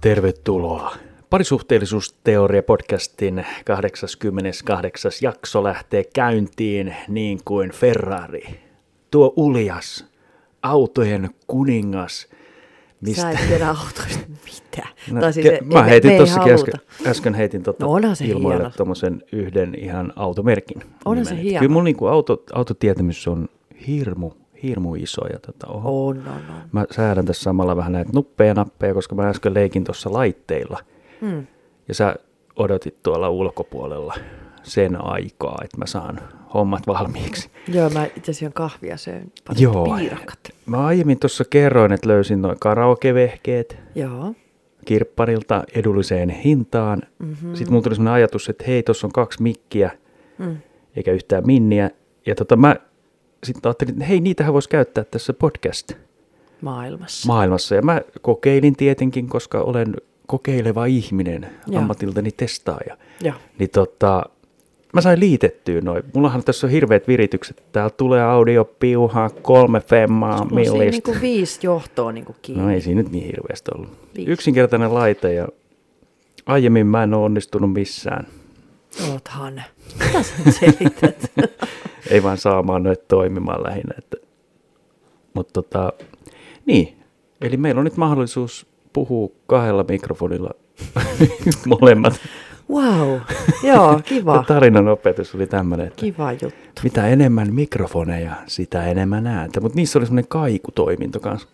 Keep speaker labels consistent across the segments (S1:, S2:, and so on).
S1: Tervetuloa. Parisuhteellisuusteoria-podcastin 88. jakso lähtee käyntiin niin kuin Ferrari. Tuo uljas, autojen kuningas.
S2: Sä et tiedä autoista mitään.
S1: No,
S2: tai siis,
S1: ke-
S2: ei-
S1: mä
S2: me-
S1: heitin
S2: me ei
S1: tossakin
S2: haluta.
S1: äsken, äsken, heitin tota
S2: No onhan se
S1: ilmoille
S2: hieno.
S1: tommosen yhden ihan automerkin.
S2: Onhan se
S1: nimen. Et
S2: hieno.
S1: Kyllä mun niinku auto, autotietämys on hirmu, hirmu iso ja tota, oho,
S2: On, on, on.
S1: Mä säädän tässä samalla vähän näitä nuppeja ja nappeja, koska mä äsken leikin tuossa laitteilla.
S2: Hmm.
S1: Ja sä odotit tuolla ulkopuolella sen aikaa, että mä saan hommat valmiiksi.
S2: Joo, mä itse asiassa kahvia söin. Parin
S1: Joo.
S2: Piirakat.
S1: Mä aiemmin tuossa kerroin, että löysin noin karaokevehkeet
S2: Joo.
S1: kirpparilta edulliseen hintaan.
S2: Mhm.
S1: Mm-hmm. Sitten mulla tuli sellainen ajatus, että hei, tuossa on kaksi mikkiä,
S2: Mm.
S1: eikä yhtään minniä. Ja tota mä sitten ajattelin, että hei, niitähän voisi käyttää tässä podcast
S2: Maailmassa.
S1: maailmassa. Ja mä kokeilin tietenkin, koska olen kokeileva ihminen,
S2: Joo.
S1: ammatiltani testaaja.
S2: Joo.
S1: Niin tota, mä sain liitettyä noin. Mullahan tässä on hirveät viritykset. Täällä tulee audio piuhaa, kolme femmaa,
S2: Sulla on siinä
S1: millistä.
S2: niinku viisi johtoa niinku kiinni.
S1: No ei siinä nyt niin hirveästi ollut.
S2: Viisi.
S1: Yksinkertainen laite ja aiemmin mä en ole onnistunut missään.
S2: Oothan. Mitä sä nyt selität?
S1: ei vaan saamaan noita toimimaan lähinnä. Että. Mut tota, niin, eli meillä on nyt mahdollisuus puhua kahdella mikrofonilla molemmat.
S2: wow. Joo, kiva.
S1: Tarinan opetus oli tämmöinen, että
S2: Kiva juttu.
S1: mitä enemmän mikrofoneja, sitä enemmän ääntä. Mutta niissä oli semmoinen kaikutoiminto kanssa.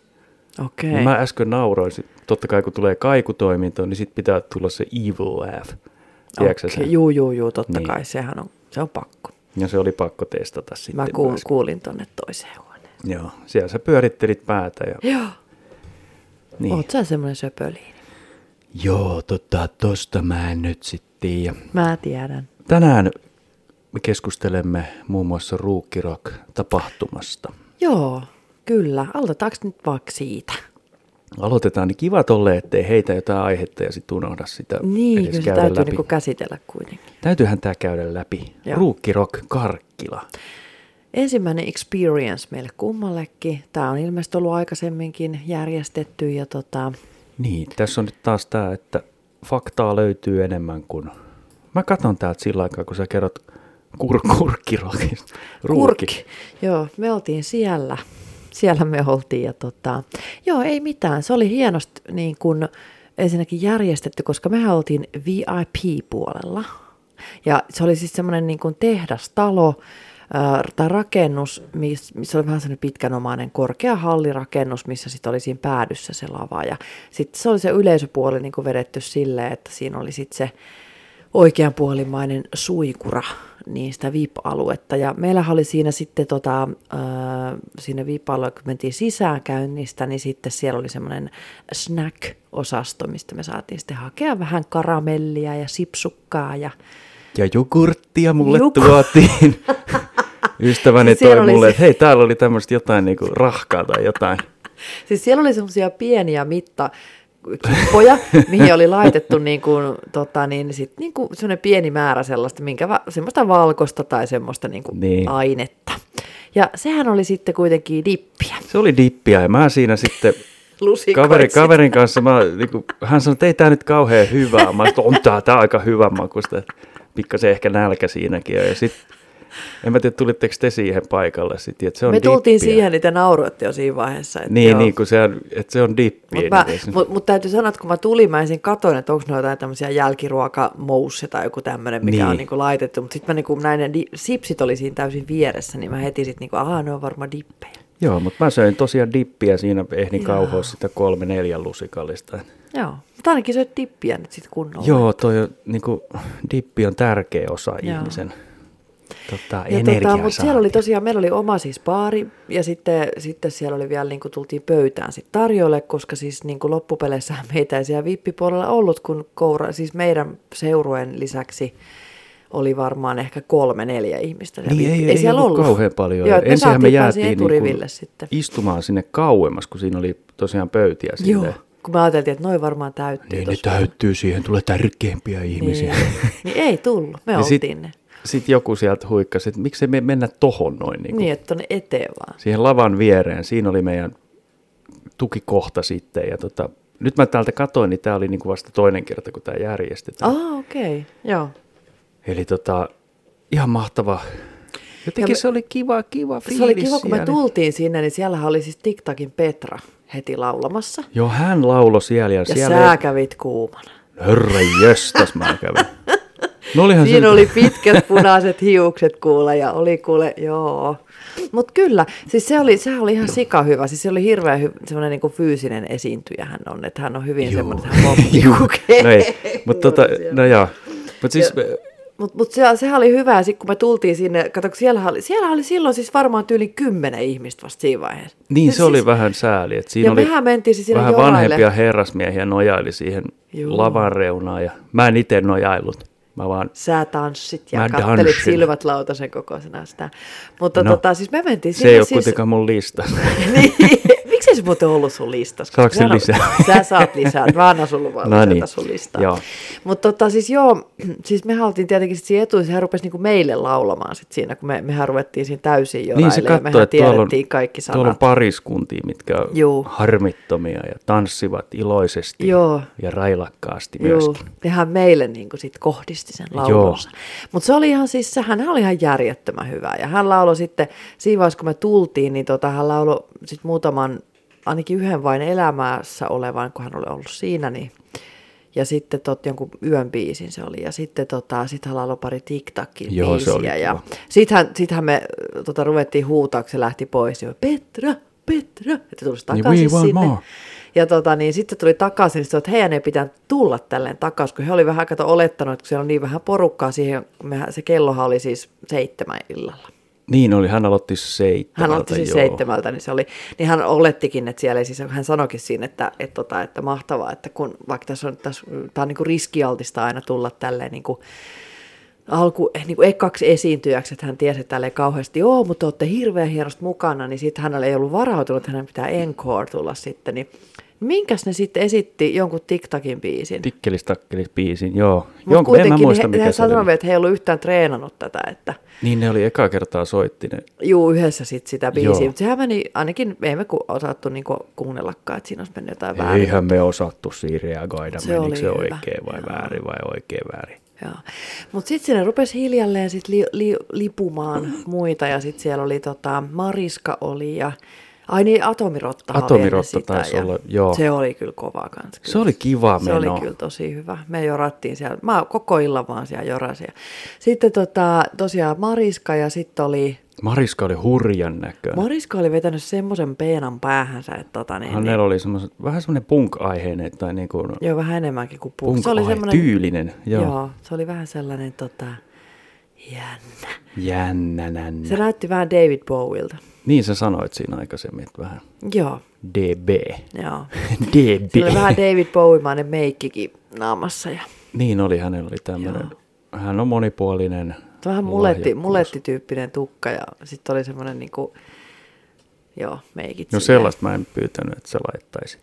S2: Okei.
S1: Niin Mä äsken nauroin, sit, totta kai kun tulee kaikutoiminto, niin sit pitää tulla se evil laugh. Tiedätkö sä sen?
S2: Okei, Juu, juu, juu, totta
S1: Niin.
S2: kai. Sehän on, se on pakko.
S1: Ja se oli pakko testata sitten.
S2: Mä kuul,
S1: myös.
S2: kuulin tonne toiseen huoneen.
S1: Joo, siellä sä pyörittelit päätä. Ja,
S2: Joo.
S1: niin.
S2: Oot sä semmonen söpöliini?
S1: Joo, tota, tosta mä en nyt sitten tiedä.
S2: Mä tiedän.
S1: Tänään me keskustelemme muun muassa Ruukkirock-tapahtumasta.
S2: Joo, kyllä. Aloitetaanko nyt vaikka siitä?
S1: Aloitetaan, niin kiva tolle, ettei heitä jotain aihetta ja sitten unohda sitä
S2: Niin,
S1: edes
S2: kyllä se
S1: käydä
S2: täytyy
S1: läpi.
S2: niinku käsitellä kuitenkin.
S1: Täytyyhän tämä käydä läpi.
S2: Joo.
S1: Ruukkirock Karkkila.
S2: Ensimmäinen experience meille kummallekin. Tämä on ilmeisesti ollut aikaisemminkin järjestetty ja tota,
S1: Niin, tässä on nyt taas tämä, että faktaa löytyy enemmän kuin... Mä katson täältä sillä aikaa, kun sä kerrot kur- kurkkirokista.
S2: kurkki. Joo, me oltiin siellä. Siellä me oltiin ja tota, joo, ei mitään. Se oli hienosti niin kun ensinnäkin järjestetty, koska mehän oltiin VIP-puolella. Ja se oli siis semmoinen niin kuin tehdastalo ää, tai rakennus, miss- missä oli vähän semmoinen pitkänomainen korkea hallirakennus, missä sitten oli siinä päädyssä se lava. Ja sitten se oli se yleisöpuoli niin kuin vedetty silleen, että siinä oli sitten se oikeanpuolimainen suikura niistä VIP-aluetta. Ja meillähän oli siinä sitten tota, äh, siinä VIP-alueella, kun mentiin sisäänkäynnistä, niin sitten siellä oli semmoinen snack-osasto, mistä me saatiin sitten hakea vähän karamellia ja sipsukkaa ja
S1: Ja jogurttia mulle
S2: Juku-
S1: tuotiin. Ystäväni
S2: Siis
S1: toi
S2: siellä oli
S1: mulle,
S2: se-
S1: että hei, täällä oli tämmöistä jotain niinku rahkaa tai jotain.
S2: Siis siellä oli semmoisia pieniä mitta kippoja, mihin oli laitettu niin kuin, tota, niin, sit, niin kuin semmoinen pieni määrä sellaista, minkä, va- semmoista valkosta tai semmoista niin kuin
S1: Niin.
S2: niin. ainetta. Ja sehän oli sitten kuitenkin dippiä.
S1: Se oli dippiä ja mä siinä sitten
S2: Lusikoin
S1: kaveri,
S2: sitä.
S1: kaverin kanssa, mä, niinku, hän sanoi, että ei tää nyt kauhean hyvää. Mä sanoin, on tää, tää aika hyvä makusta. Pikkasen ehkä nälkä siinäkin on. Ja sit, en mä tiedä, tulitteko te siihen paikalle sitten, että se on
S2: Me tultiin
S1: dippiä.
S2: siihen, niin te nauroitte jo siinä vaiheessa. Että
S1: Niin,
S2: joo.
S1: niin kun se on, että se on dippiä.
S2: Mutta
S1: niin se-
S2: mut, mut täytyy sanoa, että kun mä tulin, mä ensin katsoin, että onko ne jotain tämmöisiä jälkiruokamousseja tai joku tämmöinen, mikä
S1: Niin.
S2: on niinku laitettu. Mutta sitten mä niinku, näin ne di- sipsit oli siinä täysin vieressä, niin mä heti sitten, niinku, aah, ne on varmaan dippejä.
S1: Joo, mutta mä söin tosiaan dippiä siinä, ehdin kauhoa sitä kolme neljän lusikallista.
S2: Joo, mutta ainakin söit dippiä nyt sitten kunnolla.
S1: Joo, toi on, niin kuin, dippi on tärkeä osa
S2: Joo.
S1: ihmisen tota,
S2: Ja
S1: energiaa.
S2: mutta siellä oli tosiaan, meillä oli oma siis baari ja sitten, sitten siellä oli vielä niin kuin tultiin pöytään sit tarjolle, koska siis niin kuin loppupeleissä meitä ei siellä vippipuolella ollut, kun koura, siis meidän seurueen lisäksi oli varmaan ehkä kolme, neljä ihmistä. siellä
S1: niin,
S2: vippi-
S1: ei, ei, ei
S2: siellä
S1: ollut, kauhean paljon.
S2: Joo,
S1: Ensinhän
S2: Ensinhän me, me jäätiin
S1: niinku
S2: eturiville niin kuin... sitten.
S1: istumaan sinne kauemmas, kun siinä oli tosiaan pöytiä.
S2: Joo,
S1: Silleen.
S2: kun me ajateltiin, että noi varmaan täyttyy.
S1: Niin ne
S2: tossa.
S1: täyttyy, siihen tulee tärkeimpiä ihmisiä.
S2: Niin. niin ei tullut, me
S1: Ja
S2: oltiin
S1: sit-
S2: ne.
S1: Sitten joku sieltä huikkasi, että miksei me mennä tohon noin. Niin kuin,
S2: Niin, että tonne eteen vaan.
S1: Siihen lavan viereen, siinä oli meidän tukikohta sitten. Ja tota, Nyt mä täältä katoin, niin tämä oli niinku vasta toinen kerta, kun tämä järjestetään.
S2: Ah, okei, okay. joo.
S1: Eli tota, ihan mahtava. Jotenkin
S2: Ja
S1: me,
S2: me-
S1: se oli kiva, kiva fiilis
S2: Se oli kiva, kun me
S1: siellä.
S2: tultiin sinne, niin siellähän oli siis TikTokin Petra heti laulamassa.
S1: Joo, hän laulo siellä ja,
S2: Ja
S1: siellä...
S2: sä kävit kuumana.
S1: Herra jöstäs mä kävin. No olihan se...
S2: Siinä oli pitkät punaiset hiukset kuule ja oli kuule, joo. Mutta kyllä, siis se oli, sehän oli ihan sika hyvä. Siis se oli hirveän hy, semmoinen niinku fyysinen esiintyjä hän on. Että hän on hyvin semmoinen, että hän niinku pomppii.
S1: No ei, mutta tota, no joo. Mutta siis
S2: Mutta mut se, sehän oli hyvä, sitten kun me tultiin sinne, kato, kun siellä oli, siellä oli silloin siis varmaan tyyli kymmenen ihmistä vasta siinä vaiheessa.
S1: niin se
S2: Siis-
S1: oli vähän sääli, että siinä
S2: ja
S1: oli
S2: mehän mentiin siis sinne
S1: vähän
S2: joraille.
S1: vanhempia herrasmiehiä nojaili siihen
S2: Juu.
S1: lavan reunaan ja mä en itse nojailut. Mä vaan,
S2: Sä tanssit ja
S1: Mä
S2: kattelit
S1: tanssin.
S2: silmät lautasen kokoisena sitä. Mutta
S1: No,
S2: tota, siis me mentiin
S1: se ei
S2: sinne
S1: ole
S2: siis...
S1: kuitenkaan mun lista.
S2: niin, miksei se muuten ollut sun listassa?
S1: Saako sen
S2: Sä-
S1: lisää?
S2: Sä saat lisää, mä annan sulle vaan
S1: No
S2: lisätä
S1: niin,
S2: sun listaa.
S1: joo.
S2: Mutta tota, siis joo, siis me oltiin tietenkin sit siinä etuissa, hän rupesi niinku meille laulamaan sit siinä, kun me, mehän ruvettiin siinä täysin joraille.
S1: niin se
S2: ja
S1: katsoi,
S2: mehän
S1: että tuolla on,
S2: tiedettiin kaikki sanat.
S1: tuolla on pariskuntia, mitkä on
S2: Juu.
S1: harmittomia ja tanssivat iloisesti
S2: Joo.
S1: ja railakkaasti myöskin.
S2: ja hän meille niin kuin sit kohdisti sen laulunsa. Mutta se oli ihan siis, hän oli ihan järjettömän hyvä. Ja hän lauloi sitten, siinä vaiheessa kun me tultiin, niin tota, hän lauloi sitten muutaman, ainakin yhden vain elämässä olevan, kun hän oli ollut siinä, niin ja sitten tot, jonkun yön biisin se oli. Ja sitten tota, sit hän lauloi pari TikTakin
S1: Joo, se oli
S2: biisiä. Ja
S1: kiva.
S2: sittenhän, sittenhän me äh, tota, ruvettiin huutaa, kun se lähti pois. Ja Petra, Petra, että tulisi
S1: Niin,
S2: takaisin
S1: we want
S2: sinne.
S1: more.
S2: Ja tota, niin sitten tuli takaisin, niin sitten että heidän ei pitää tulla tälleen takaisin, kun he oli vähän kato olettanut, että kun siellä on niin vähän porukkaa siihen, mehän, se kellohan oli siis seitsemän illalla.
S1: Niin oli, hän aloitti
S2: Hän
S1: seitsemältä.
S2: otti siis
S1: Tuota, joo.
S2: seitsemältä, niin, se oli, niin hän olettikin, että siellä ei siis, hän sanoikin siinä, että, että, tota, että mahtavaa, että kun vaikka tässä on, tässä, tämä on niin kuin riskialtista aina tulla tälleen niin kuin, alku, niin kuin ekaksi esiintyjäksi, että hän tiesi että tälleen kauheasti, joo, mutta olette hirveän hienosti mukana, niin sitten hänellä ei ollut varautunut, että hänen pitää encore tulla sitten, niin Minkäs ne sitten esitti jonkun TikTokin biisin?
S1: Tikkelis takkelis biisin, joo.
S2: Mut
S1: Jonkun, en mä
S2: kuitenkin
S1: muista
S2: he,
S1: mikä
S2: he
S1: se oli.
S2: sanoivat, että he ei ollut yhtään treenannut tätä, että
S1: Niin ne oli eka kertaa soitti ne.
S2: Juu, yhdessä sit sitä
S1: Joo.
S2: biisiä, mutta sehän meni, ainakin me emme ku, osattu niinku kuunnellakaan, että siinä olisi mennyt jotain väärin.
S1: Eihän me osattu siinä reagoida,
S2: Se
S1: menikö
S2: oli
S1: se
S2: hyvä,
S1: oikein vai
S2: joo.
S1: väärin vai oikein väärin.
S2: Mutta sitten sinne rupesi hiljalleen sit li, li, lipumaan muita ja sitten siellä oli tota, Mariska oli ja ai niin, Atomirotta
S1: Atomirotta taisi olla, joo.
S2: Se oli kyllä kova kans.
S1: Se oli kiva
S2: Se
S1: meno.
S2: oli kyllä tosi hyvä. Me jorattiin siellä, mä koko illan vaan siellä jorasin. ja- Sitten tota, tosiaan Mariska ja sitten oli
S1: Mariska oli hurjan näköinen.
S2: Mariska oli vetänyt semmoisen peenan päähänsä, että tota niin, niin,
S1: Hänellä oli semmoiset, vähän semmoinen punk-aiheinen tai niin kuin
S2: Joo, vähän enemmänkin kuin puu.
S1: punk
S2: se oli semmoinen,
S1: tyylinen. Joo.
S2: joo.
S1: joo.
S2: se oli vähän sellainen tota, jännä.
S1: Jännänän.
S2: Se näytti vähän David Bowilta.
S1: Niin sä sanoit siinä aikaisemmin, että vähän
S2: Joo,
S1: DB.
S2: joo.
S1: DB.
S2: Sillä oli vähän David Bowie-mainen meikkikin naamassa ja
S1: Niin oli, hänellä oli tämmöinen. Hän on monipuolinen.
S2: vähän muletti,
S1: lahjakkuus.
S2: mulettityyppinen tukka ja sitten oli semmoinen niinku, joo, meikit.
S1: No
S2: silleen.
S1: sellaista mä en pyytänyt, että sä laittaisit.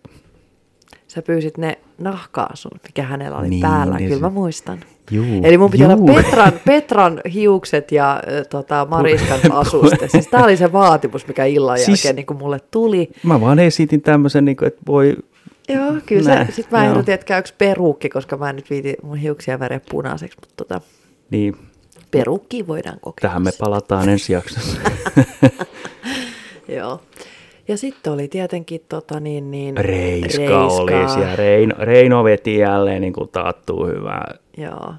S2: Sä pyysit ne nahkaasun, mikä hänellä oli
S1: Niin,
S2: niin, päällä,
S1: niin
S2: kyllä mä
S1: se-
S2: muistan.
S1: Juu,
S2: Eli mun pitää
S1: juu.
S2: olla Petran, Petran hiukset ja ö, tota, Mariskan asuste. Siis tää oli se vaatimus, mikä illan
S1: Siis-
S2: siis... jälkeen niin mulle tuli.
S1: Mä vaan esitin tämmöisen, niin kuin, että voi...
S2: Joo, kyllä
S1: Näin,
S2: se, sit mä
S1: joo.
S2: ehdotin, että käykö peruukki, koska mä en nyt viitin mun hiuksia väriä punaiseksi, mutta tota,
S1: Niin,
S2: peruukki voidaan kokeilla.
S1: tähän me
S2: sitten.
S1: palataan ensi jaksossa.
S2: Joo. Ja sitten oli tietenkin tota niin, niin,
S1: Reiska, oli siellä. Reino, Reino veti jälleen niin kuin taattuu hyvää.
S2: Joo.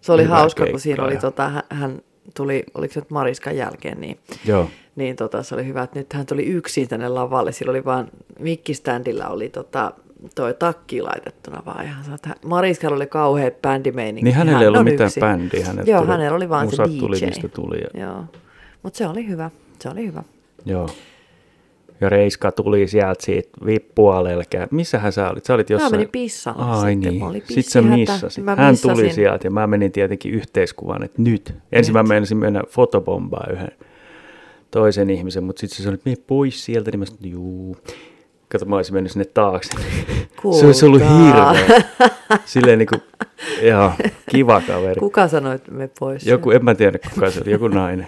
S2: Se oli
S1: Hyvää
S2: hauska,
S1: keikkaa
S2: kun siinä
S1: ja-
S2: oli, tota, hän, hän tuli, oliko se nyt Mariskan jälkeen, niin,
S1: Joo.
S2: niin tota, se oli hyvä, että nyt hän tuli yksin tänne lavalle. Sillä oli vaan, mikkiständillä oli tota, toi takki laitettuna vaan. Ja hän sanoi, että hän- Mariskalla oli kauhea bändimeininki.
S1: Niin hänellä ei
S2: hän
S1: ollut
S2: on
S1: mitään
S2: yksin.
S1: bändiä. Hänellä
S2: Joo,
S1: tuli-
S2: hänellä oli vaan se
S1: musat
S2: DJ.
S1: tuli, mistä tuli ja-
S2: Joo, mutta se oli hyvä, se oli hyvä.
S1: Joo. Ja Reiska tuli sieltä siitä vippualelle. kä- Missähän sä olit? Sä olit jossain...
S2: menin pissalle
S1: Ai
S2: sitten.
S1: niin.
S2: Mä olin
S1: sitten sä
S2: pissihätä.
S1: missasit.
S2: Mä
S1: Hän tuli
S2: missasin.
S1: sieltä ja mä menin tietenkin yhteiskuvan, että nyt. Ensin mä menisin mennä fotobombaa yhden toisen ihmisen, mutta sitten se sanoi, että mene pois sieltä, niin mä sanoin, että juu. Kato, mä olisin mennyt sinne taakse. Se olisi ollut
S2: Kuulkaa.
S1: hirveä. Silleen niin kuin, joo, kiva kaveri.
S2: Kuka sanoi, että me pois?
S1: Joku, en mä tiedä kuka se oli, joku nainen.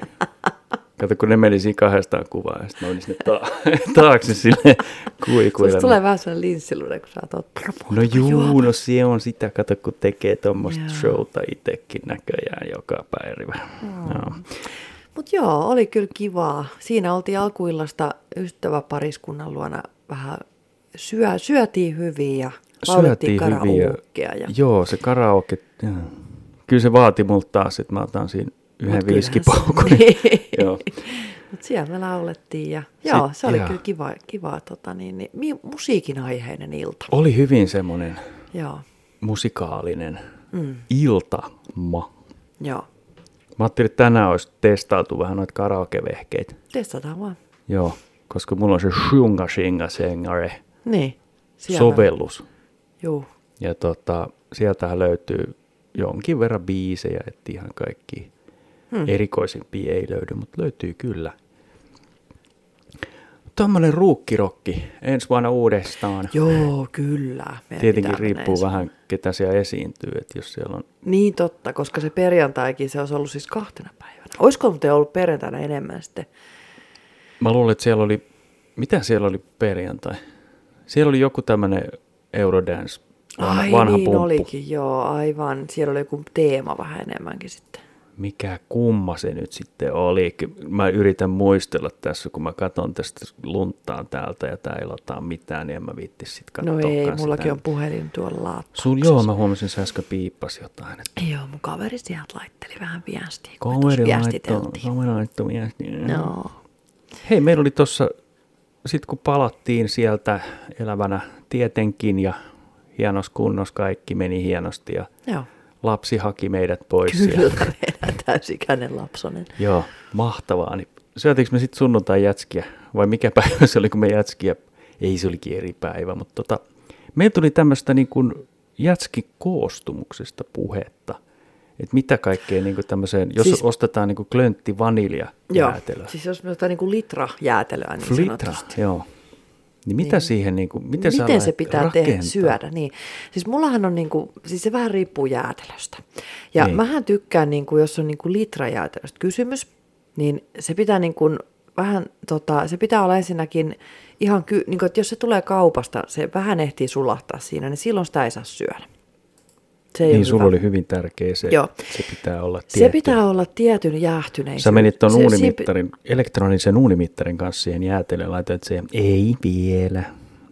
S1: Kato, kun ne meni siinä kahdestaan kuvaan ja sitten mä menin sinne ta- taakse sille kuikuille.
S2: Susta tulee vähän sellainen linssilude, kun sä oot ollut
S1: No juu, no se on sitä, kato kun tekee tuommoista
S2: Joo.
S1: showta itsekin näköjään joka päivä. Joo.
S2: Mutta joo, oli kyllä kivaa. Siinä oltiin alkuillasta ystäväpariskunnan luona vähän syö, syötiin hyvin ja laulettiin
S1: Syötiin hyvin ja-
S2: karaokea. Ja...
S1: Joo, se karaoke, joo. kyllä se vaati multa taas, että mä otan siinä
S2: Mut
S1: yhden
S2: kyllähän se-
S1: viiskipaukun.
S2: Niin.
S1: Joo.
S2: Mut siellä me laulettiin ja joo, se oli
S1: jaa.
S2: kyllä kiva, kiva tota, niin, niin, mi- musiikin aiheinen ilta.
S1: Oli hyvin semmoinen
S2: Joo,
S1: musikaalinen mm. iltama.
S2: joo.
S1: Mä ajattelin, että tänään olisi testailtu vähän noita karaokevehkeitä.
S2: Testataan vaan.
S1: Joo, koska mulla on se Shunga Shinga Sengare
S2: Niin.
S1: sovellus.
S2: Joo,
S1: Ja tota, sieltähän löytyy jonkin verran biisejä, että ihan kaikki hmm. erikoisimpia ei löydy, mutta löytyy kyllä. Tämmöinen ruukkirokki ensi vuonna uudestaan.
S2: joo kyllä. Meidän
S1: Tietenkin
S2: pitää
S1: riippuu
S2: mennä
S1: vähän, ketä siellä esiintyy, että jos siellä on...
S2: Niin totta, koska se perjantaikin se olisi ollut siis kahtena päivänä. Olisiko muuten ollut perjantaina enemmän sitten?
S1: Mä luulen, että siellä oli... Mitä siellä oli perjantai? Siellä oli joku tämmöinen Eurodance, vanha,
S2: Ai
S1: vanha
S2: niin
S1: pumppu.
S2: olikin, joo, aivan. Siellä oli joku teema vähän enemmänkin sitten.
S1: mikä kumma se nyt sitten oli. Ky- Mä yritän muistella tässä, kun mä katson tästä lunttaan täältä ja tää ei lataa mitään, niin en mä viitti sit katsoa.
S2: No ei, mullakin on puhelin tuolla laattaa.
S1: Sul, joo, mä huomasin, sä äsken piippas jotain. Että
S2: Joo, mun kaveri sieltä laitteli vähän viestiä, kun me tuossa
S1: kaveri laittoi,
S2: viestiteltiin.
S1: kaveri laittoi viestiä.
S2: No,
S1: Hei, meillä oli tossa, sit kun palattiin sieltä elävänä tietenkin ja hienos kunnos kaikki meni hienosti ja
S2: joo.
S1: lapsi haki meidät pois. Ja
S2: Kyllä, meidän täysikäinen lapsonen.
S1: Joo, mahtavaa. Niin syötiinkö me sitten sunnuntai jätskiä? Vai mikä päivä se oli, kun me jätskiä? Ei, se olikin eri päivä, mutta tota, meillä tuli tämmöistä niin kuin jätskikoostumuksesta puhetta. Että mitä kaikkea niin kuin tämmöiseen, jos
S2: Siis-
S1: siis, ostetaan niin kuin klöntti vanilja
S2: Joo,
S1: jäätelöä.
S2: siis jos me otetaan niin kuin litra jäätelöä niin
S1: Flitra,
S2: sanotusti.
S1: joo. Niin mitä niin. siihen, niin kuin, miten, sä
S2: Miten se
S1: lähdet
S2: pitää
S1: rakentaa?
S2: tehdä, syödä? Niin. Siis mullahan on, niinku, siis se vähän riippuu jäätelöstä. Ja
S1: Niin.
S2: niin. mähän tykkään, niinku, jos on niinku litra jäätelöstä kysymys, niin se pitää niinku, vähän, tota, se pitää olla ensinnäkin ihan, ky, niinku, että jos se tulee kaupasta, se vähän ehtii sulahtaa siinä, niin silloin sitä ei saa syödä. Se ei ole
S1: Niin, sulla
S2: hyvä.
S1: oli hyvin tärkeä se,
S2: Joo.
S1: se pitää olla tietty.
S2: Se pitää olla tietyn jäähtyneisyyden.
S1: Sä menit tuon
S2: Se-
S1: uunimittarin, elektronisen uunimittarin kanssa siihen jäätelöön, laitoit siihen, ei vielä,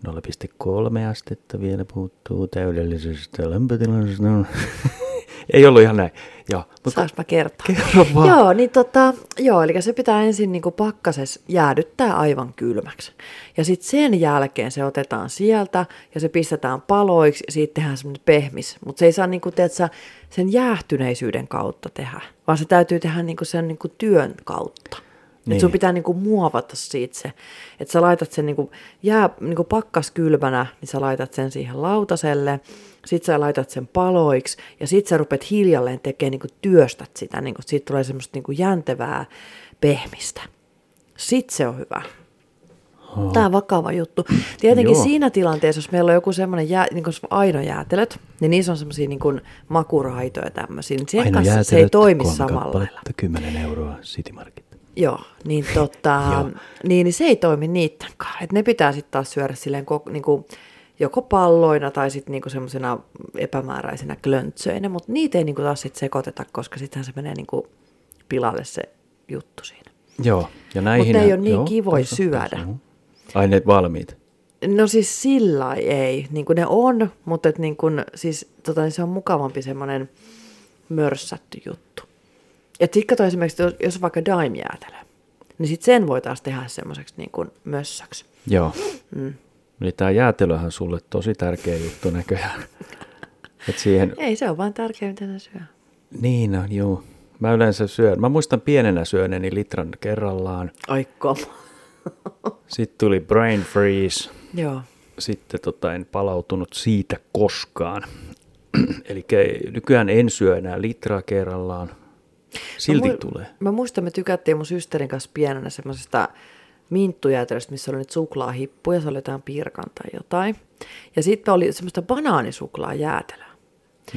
S1: 0,3 astetta vielä puuttuu täydellisestä lämpötilasta. ei ollut ihan näin. Joo, mutta
S2: Saas mä kertoa?
S1: Kerro vaan.
S2: Joo, niin tota, joo, eli se pitää ensin niin pakkases jäädyttää aivan kylmäksi. Ja sitten sen jälkeen se otetaan sieltä ja se pistetään paloiksi ja siitä tehdään semmoinen pehmis. Mutta se ei saa niin kuin, teetkö, sen jäähtyneisyyden kautta tehdä, vaan se täytyy tehdä niin sen niin työn kautta. Niin. Et
S1: Niin.
S2: sun pitää niinku muovata siitä se, että sä laitat sen niinku jää niinku pakkaskylmänä, niin sä laitat sen siihen lautaselle, sit sä laitat sen paloiksi ja sit sä rupeat hiljalleen tekemään niinku työstät sitä, niinku, että siitä tulee semmoista niinku jäntevää pehmistä. Sit se on hyvä. Tämä on vakava juttu. Tietenkin
S1: Joo.
S2: siinä tilanteessa, jos meillä on joku semmoinen jää, niin kuin aino jäätelöt, niin niissä on semmoisia niin kuin makuraitoja tämmöisiä, niin sen kanssa se ei toimi samalla lailla.
S1: 10 euroa City Market.
S2: Joo, niin, tota,
S1: Joo.
S2: niin, niin se ei toimi niittenkaan. Et ne pitää sitten taas syödä silleen ko, niinku, joko palloina tai sitten niinku semmoisena epämääräisenä klöntsöinä, mutta niitä ei niinku taas sit sekoiteta, koska sittenhän se menee niinku pilalle se juttu siinä.
S1: Joo, ja näihin...
S2: ei ole niin kivoja syödä.
S1: Aineet valmiit.
S2: No siis sillä lailla ei, niin kuin ne on, mutta et niin kuin, siis, tota, niin se on mukavampi semmoinen mörssätty juttu. Et sit kato esimerkiksi, jos- jos on vaikka daimjäätelö, niin sit sen voi taas tehdä semmoiseksi niin kuin mössäksi.
S1: Joo. Mm. Eli tämä jäätelöhän sulle tosi tärkeä juttu näköjään. Et siihen
S2: Ei, se on vaan tärkeää, mitä ne syö.
S1: Niin, no, joo. Mä yleensä syön. Mä muistan pienenä syöneeni litran kerrallaan.
S2: Ai kom.
S1: Sitten tuli brain freeze.
S2: Joo.
S1: Sitten tota, en palautunut siitä koskaan. Eli nykyään en syö enää litraa kerrallaan. Silti
S2: mä
S1: no, tulee.
S2: Mä muistan, me tykättiin mun systerin kanssa pienenä semmoisesta minttujäätelöstä, missä oli nyt suklaahippuja, se oli jotain pirkan tai jotain. Ja sitten oli semmoista banaanisuklaajäätelöä.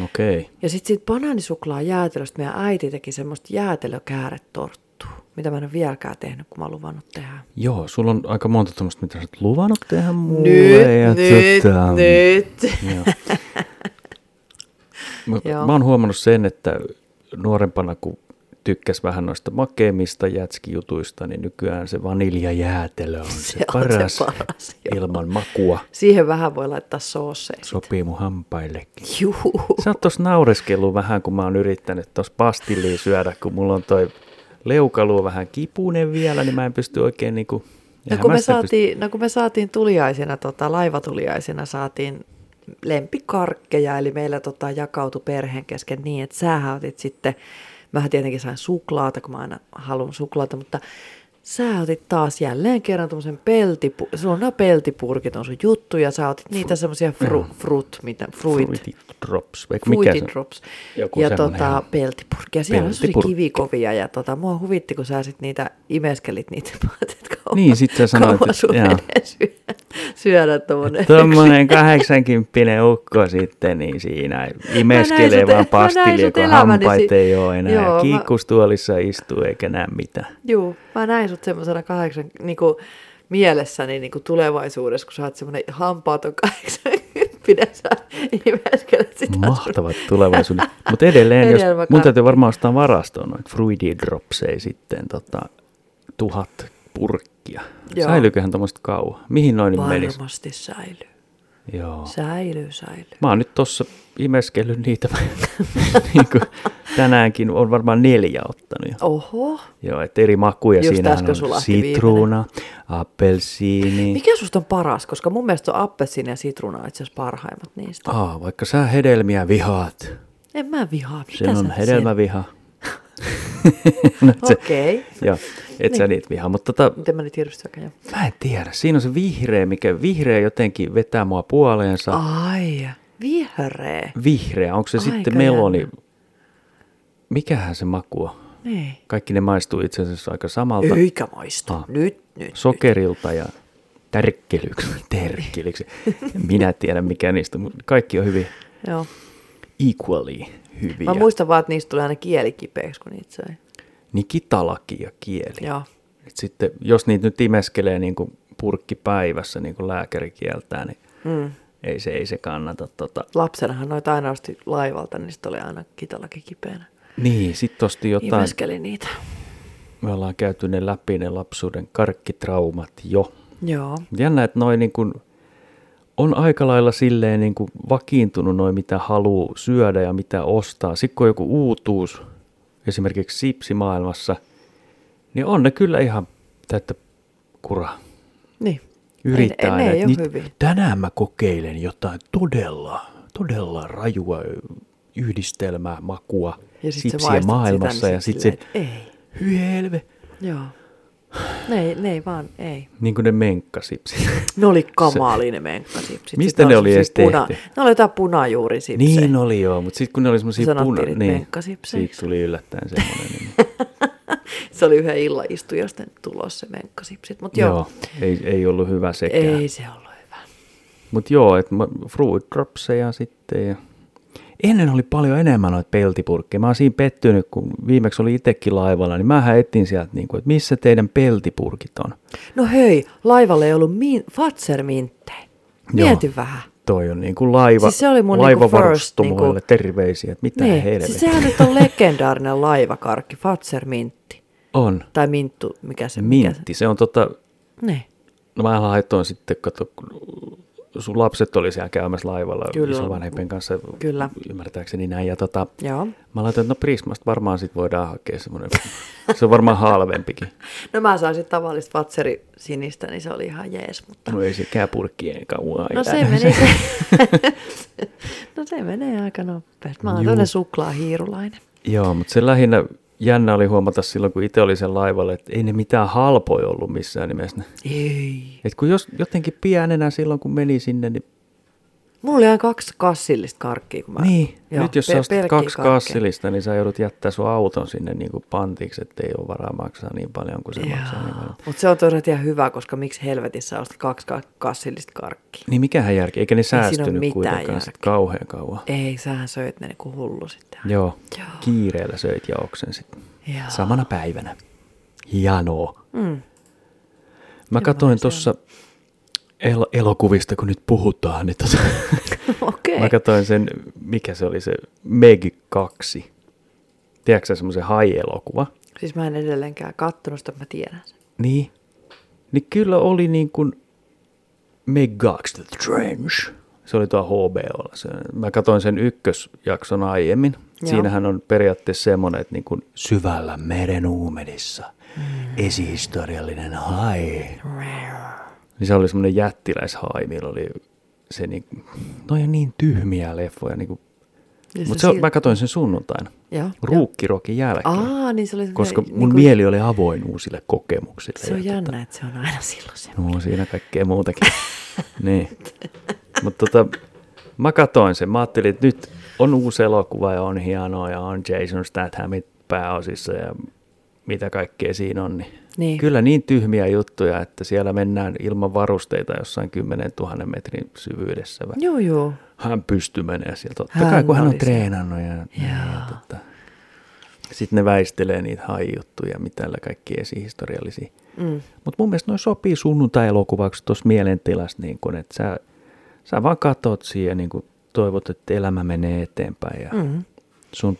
S1: Okei.
S2: Ja sitten siitä banaanisuklaa jäätelöstä meidän äiti teki semmoista jäätelökääretorttua. mitä mä en ole vieläkään tehnyt, kun mä oon luvannut tehdä.
S1: Joo, sulla on aika monta tämmöistä, mitä sä oot luvannut tehdä mulle. ja
S2: Nyt, nyt,
S1: tota,
S2: nyt.
S1: Joo. Mut
S2: Joo.
S1: mä oon huomannut sen, että nuorempana kun tykkäs vähän noista makeimmista jätskijutuista, niin nykyään se vaniljajäätelö on se,
S2: Se on se
S1: paras,
S2: paras, joo.
S1: ilman makua.
S2: Siihen vähän voi laittaa soosseja.
S1: Sopii mun hampaillekin.
S2: Juu.
S1: Sä oot tossa naureskellut vähän, kun mä oon yrittänyt tossa pastillia syödä, kun mulla on toi leukalu vähän kipunen vielä, niin mä en pysty oikein niinku...
S2: No
S1: eihän
S2: kun,
S1: mä
S2: me
S1: sitä pysty-
S2: saatiin, no kun me saatiin tuliaisina, tota, laivatuliaisina saatiin lempikarkkeja, eli meillä tota, jakautui perheen kesken niin, että sähän otit sitten, mähän tietenkin sain suklaata, kun mä aina haluan suklaata, mutta sä otit taas jälleen kerran tuommoisen peltipu, sulla on nämä peltipurkit, on sun juttu, ja sä otit niitä semmoisia fru, frut, mitä, fruit, fruit,
S1: Fruity drops. vai Mikä
S2: Fruity
S1: se on?
S2: drops.
S1: Joku
S2: ja
S1: semmonen,
S2: tota,
S1: joo.
S2: peltipurkki. Ja siellä on sellaisia
S1: Peltipurkki.
S2: kivikovia. Ja tota, mua huvitti, kun sä sit niitä imeskelit niitä. Mä ajattelin, että kauan,
S1: Niin, sit sä sanoit,
S2: kauan
S1: että-
S2: sun
S1: jaa.
S2: menee syödä, syödä tuommoinen.
S1: Tuommoinen 80 ukko sitten, niin siinä imeskelee vaan pastilia, kun hampaita ei ole enää. Joo,
S2: Joo,
S1: Kiikkustuolissa istuu eikä näe mitään.
S2: Mä, juu, mä näin sut semmoisena kahdeksan, niinku, mielessäni niinku tulevaisuudessa, kun sä oot semmoinen hampaaton kahdeksan pidä sä imeskelet sitä.
S1: Mahtavat tulevaisuudet. Mutta edelleen, jos,
S2: Hedelmäkarkki.
S1: mun täytyy varmaan ostaa varastoon noita Fruity Dropsei sitten tota, tuhat purkkia. Joo.
S2: Joo.
S1: Säilyyköhän tuommoista kauan? Mihin noin nyt menisi?
S2: Varmasti säilyy.
S1: Joo.
S2: Säilyy, säilyy.
S1: Mä oon nyt tossa imeskellyt niitä. niin kuin tänäänkin on varmaan neljä ottanut jo.
S2: Oho.
S1: Joo, että eri makuja
S2: Just
S1: siinä
S2: äsken
S1: on
S2: sulahti
S1: sitruuna, appelsiini.
S2: Mikä susta on paras? Koska mun mielestä on appelsiini ja sitruuna on itse asiassa parhaimmat niistä.
S1: Aa, vaikka sä hedelmiä vihaat,
S2: En mä vihaa. Mitä
S1: sen
S2: sä
S1: on
S2: nyt
S1: hedelmäviha. no, et
S2: siinä- Okei. Niin. Okay.
S1: Joo, et sä niitä vihaa, mutta tota,
S2: Miten mä nyt hirveästi jo?
S1: mä en tiedä. Siinä on se vihreä, mikä vihreä jotenkin vetää mua puoleensa.
S2: Ah. Ai, vihreä.
S1: Vihreä, onko se
S2: Aika
S1: sitten meloni? Mikähän se maku on?
S2: Niin.
S1: Kaikki ne maistuu itse asiassa aika samalta.
S2: Eikä maistu.
S1: Ah.
S2: Ah. Nyt, nyt.
S1: sokerilta ja tärkkelyksi. Tärkkelyksi. En Minä tiedän mikä niistä, mutta kaikki on hyvin
S2: Joo.
S1: equally hyviä.
S2: Mä muistan vaan, että niistä tulee aina kieli kipeäksi, kun niitä söi.
S1: Niin kitalaki ja kieli.
S2: Joo.
S1: Et sitten, jos niitä nyt imeskelee niin kuin purkki päivässä, niin kuin lääkäri kieltää, niin
S2: Mm.
S1: ei se, ei se kannata. Tota.
S2: Lapsenahan noita aina osti laivalta, niin sitten oli aina kitalakin kipeänä.
S1: Niin, sitten osti jotain.
S2: Imeskelin niitä.
S1: Me ollaan käyty ne läpi, ne lapsuuden karkkitraumat jo.
S2: Joo.
S1: Mut Jännä, että noin niin kuin on aika lailla silleen niin kuin vakiintunut noin, mitä haluaa syödä ja mitä ostaa. Sitten kun on joku uutuus, esimerkiksi sipsimaailmassa, niin on ne kyllä ihan täyttä kuraa.
S2: Niin.
S1: Yrittää
S2: Ei, ne- ne ei
S1: aina,
S2: ole
S1: että
S2: hyviä.
S1: tänään mä kokeilen jotain todella, todella rajua yhdistelmää, makua,
S2: Ja sit sä
S1: sipsiä
S2: maistat
S1: maailmassa
S2: sitä, niin
S1: ja
S2: sit
S1: sitten se,
S2: silleen, et ei.
S1: hyi helve,
S2: Joo. Ne ei, ne ei vaan, ei.
S1: niin kuin ne menkkasipsit.
S2: Ne oli kamalia ne menkkasipsit.
S1: Mistä
S2: Sit
S1: ne oli
S2: semmosia
S1: edes
S2: puna-
S1: tehty?
S2: Ne oli jotain punajuurisipsejä.
S1: Niin oli joo, mutta sitten kun ne oli semmoisia
S2: Sanottiin
S1: puna...
S2: niitä
S1: Niin,
S2: menkkasipseiksi.
S1: siitä tuli yllättäen semmoinen. Niin,
S2: Se oli yhden illan istujasten tulos se menkkasipsit. Mutta
S1: joo.
S2: joo,
S1: joo, ei, ei ollut hyvä sekään.
S2: ei se ollut hyvä.
S1: Mutta joo, että fruit dropseja sitten ja... Ennen oli paljon enemmän noita peltipurkkeja. Mä oon siinä pettynyt, kun viimeksi oli itsekin laivalla, niin mä etsin sieltä, niin kuin, että missä teidän peltipurkit on.
S2: No hei, laivalla ei ollut min- Fatser-minttejä. Mieti
S1: Joo.
S2: vähän.
S1: Toi on niin kuin laiva,
S2: Siis se oli mun niinku
S1: laivavarustamoille
S2: first, niinku-
S1: terveisiä, että mitä
S2: Niin,
S1: helvettiä.
S2: siis sehän nyt on legendaarinen laivakarkki, Fatser-mintti.
S1: On.
S2: Tai minttu, mikä se... mikä se-
S1: Mintti, se on tota,
S2: Niin.
S1: No mä laitoin sitten, kato, kun sun lapset oli siellä käymässä laivalla Kyllä.
S2: Kyllä.
S1: isovanhempien kanssa.
S2: Kyllä.
S1: Ymmärtääkseni näin. Ja tota,
S2: Joo.
S1: mä laitoin, että no Prismasta varmaan sit voidaan hakea semmoinen. se on varmaan halvempikin.
S2: No mä saisin tavallista Fatseri sinistä, niin se oli ihan jees, mutta...
S1: No ei sekään purkkien kauan.
S2: No se
S1: elä.
S2: menee, no se menee aika nopeasti. Mä oon
S1: Juu.
S2: tämmönen suklaahiirulainen.
S1: Joo, mutta se lähinnä jännä oli huomata silloin, kun itse oli sen laivalla, että ei ne mitään halpoja ollut missään nimessä.
S2: Ei.
S1: Et kun jos jotenkin pienenä silloin, kun meni sinne, niin
S2: Mulla oli ihan kaksi kassillista karkkia, kun mä...
S1: Niin, Joo, nyt jos sä
S2: pe-
S1: ostat
S2: pelkkiä
S1: kaksi
S2: karkkeja.
S1: kassillista, niin sä joudut jättää sun auton sinne niin kuin pantiksi, ettei ole varaa maksaa niin paljon kuin se maksaa. Niin, paljon.
S2: Mutta se on toisaalta ihan hyvä, koska miksi helvetissä ostat kaksi ka- kassillista karkkia?
S1: niin mikähän järki, eikä ne
S2: siinä ole
S1: säästynyt
S2: mitään
S1: kuitenkaan sit
S2: järkeä.
S1: kauhean kauan.
S2: Ei, sähän söit ne niinku hullu sitten.
S1: Joo,
S2: Joo.
S1: kiireellä söit jaoksen sitten
S2: Joo.
S1: samana päivänä. hienoa.
S2: Mm.
S1: Mä
S2: Kyllä
S1: katsoin
S2: se on.
S1: tuossa el- elokuvista, kun nyt puhutaan, niin tota,
S2: Okei.
S1: mä
S2: Okay.
S1: katsoin sen, mikä se oli se Meg 2. Tiedätkö semmoisen hai-elokuva?
S2: Siis mä en edelleenkään kattonut sitä, mutta mä tiedän sen.
S1: Niin. Niin kyllä oli niin kuin Meg 2, The Trench. Se oli tuo HBOlla. Se, mä katsoin sen ykkösjakson aiemmin.
S2: Joo.
S1: Joo. Siinähän on periaatteessa semmoinen, että niin kuin syvällä meren uumenissa
S2: Mm.
S1: esihistoriallinen hai. Niin se oli semmoinen jättiläishai, millä oli se niin, noi on niin tyhmiä leffoja. Niin kuin, mutta se, on- mä katsoin sen sunnuntaina,
S2: Joo,
S1: ruukkirokin jälkeen.
S2: Aa, niin se oli
S1: koska
S2: semmoinen
S1: mun niin
S2: niinku-
S1: kuin, mieli oli avoin uusille kokemuksille.
S2: Se on
S1: ja
S2: jännä, että se on aina silloin se.
S1: No on siinä kaikkea muutakin. niin. Mutta tota, mä katoin sen. Mä ajattelin, että nyt on uusi elokuva ja on hienoa ja on Jason Stathamit pääosissa ja mitä kaikkea siinä on. Niin.
S2: Niin.
S1: Kyllä niin tyhmiä juttuja, että siellä mennään ilman varusteita jossain 10 000 metrin syvyydessä. Vai?
S2: Joo, joo.
S1: Hän pystyy menemään sieltä. Totta
S2: Hän
S1: kai, kun hän on
S2: oli siellä.
S1: treenannut. Ja, ja tota. Sitten ne väistelee niitä haijuttuja, mitä tällä kaikki esihistoriallisia.
S2: Mm.
S1: Mutta mun mielestä noi sopii sunnuntai-elokuvaksi tuossa mielentilassa, niin kun, että sä, sä vaan katot siihen ja niin kun toivot, että elämä menee eteenpäin ja mm.
S2: Mm.
S1: sun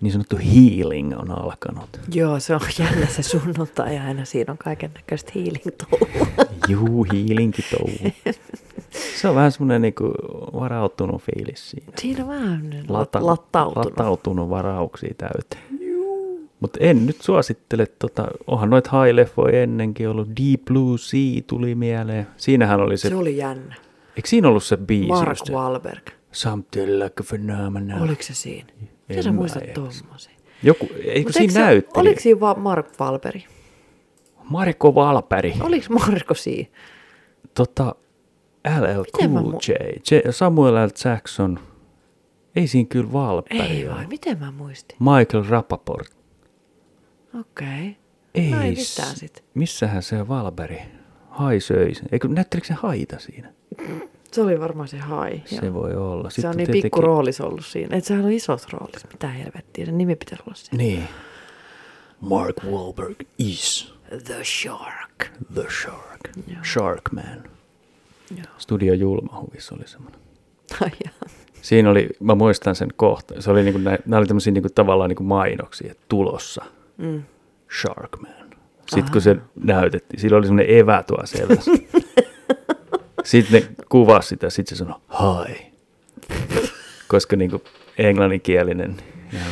S1: niin sanottu healing on alkanut.
S2: Joo, se on jännä se sunnuntai ja aina siinä on kaiken näköistä hiilintouhua.
S1: Juu, healingkin touhu. Se on vähän semmoinen niin varautunut fiilis siinä.
S2: Siinä vähän niin Lata, lattautunut.
S1: Latautunut varauksia täyteen. Mutta en nyt suosittele, tota, onhan noita high-leffoja ennenkin ollut. Deep Blue Sea tuli mieleen. Siinähän oli se,
S2: se oli jännä.
S1: eikö siinä ollut se biisi?
S2: Mark
S1: just se-
S2: Wahlberg.
S1: Something like a phenomenon.
S2: Oliko se siinä? Miten
S1: En
S2: sä
S1: mä
S2: muistat
S1: edes.
S2: tuommoisia?
S1: Joku, eikö siinä näytteli?
S2: Oliko siinä vaan Mark Wahlberg?
S1: Marko Valpäri,
S2: Oliko Marko siinä?
S1: tota, LL
S2: mä
S1: Cool
S2: mu-
S1: J, J, Samuel L. Jackson, ei siinä kyllä Valpäri
S2: Ei
S1: ole.
S2: vai, miten mä muistin?
S1: Michael Rapaport.
S2: Okei. Okay.
S1: Ei,
S2: No ei
S1: s-
S2: mitään sit.
S1: missähän se on Valpäri? Hai söi sen. Eikö, näyttelikö se haita siinä?
S2: Se oli varmaan se hai.
S1: Se voi olla.
S2: se on niin
S1: tietenkin-
S2: pikku roolis ollut siinä. Et sehän on isos roolis. Mitä helvettiä, sen nimi pitäisi olla siinä.
S1: Niin. Mark Wahlberg is
S2: The Shark.
S1: the shark.
S2: Joo.
S1: Sharkman.
S2: Joo.
S1: Studio Julmahuvis oli semmoinen.
S2: Ai jaa.
S1: Siinä oli, mä muistan sen kohta, se oli niinku, nä- nämä oli tämmöisiä niinku, tavallaan niinku mainoksia, että tulossa
S2: Mm.
S1: Sharkman. Sitten kun se näytettiin, sillä oli semmoinen evä tuo selässä. Sitten ne kuvasi sitä, sitten se sanoi hi, koska niinku englanninkielinen. Joo.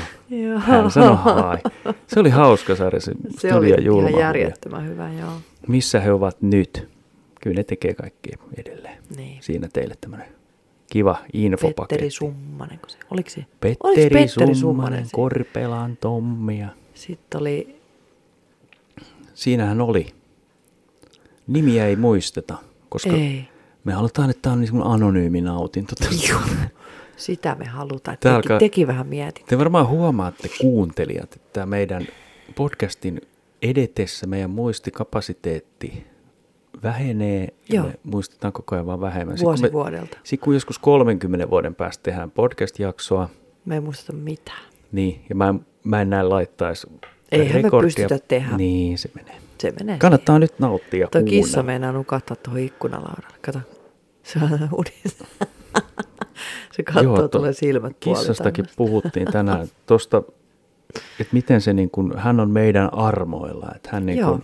S2: Joo.
S1: Hän sanoi hi. Se oli hauska sarja, se,
S2: Se oli ihan
S1: julma.
S2: järjettömän hyvä, joo.
S1: Missä he ovat nyt? Kyllä ne tekee kaikkea edelleen.
S2: Niin.
S1: Siinä teille tämmöinen kiva infopaketti.
S2: Petteri Summanen, kun se, oliko se? oliko se
S1: Petteri, Petteri Summanen,
S2: siinä?
S1: Korpelan Tommia.
S2: Sitten oli,
S1: Siinähän oli. Nimiä ei muisteta, koska ei.
S2: ei,
S1: me halutaan, että tämä on niin semmoinen anonyymi nautinto. tässä.
S2: sitä me halutaan. Teki,
S1: Tää alkaa-
S2: teki vähän mietin.
S1: Te varmaan huomaatte kuuntelijat, että tämä meidän podcastin edetessä meidän muistikapasiteetti vähenee.
S2: Joo.
S1: Ja me muistetaan koko ajan vaan vähemmän. Sit kun
S2: Vuosi
S1: me-
S2: vuodelta.
S1: Sitten kun joskus 30 vuoden päästä tehdään podcast-jaksoa,
S2: Me ei muisteta mitään.
S1: niin, ja mä en, mä en näin laittaisi
S2: Eihän me
S1: rekordia.
S2: pystytä tehdä.
S1: Niin, se menee.
S2: Se menee
S1: Kannattaa nyt nauttia
S2: Tuo kissa
S1: kuunnella.
S2: meinaa nukahtaa tuohon ikkunalaudalle. Kato, se on unissa. se katsoo, Joo,
S1: to-
S2: tulee silmät
S1: Kissastakin
S2: puolittain.
S1: puhuttiin tänään tuosta, että miten se niin kun, hän on meidän armoilla, että hän niin
S2: Joo.
S1: kun,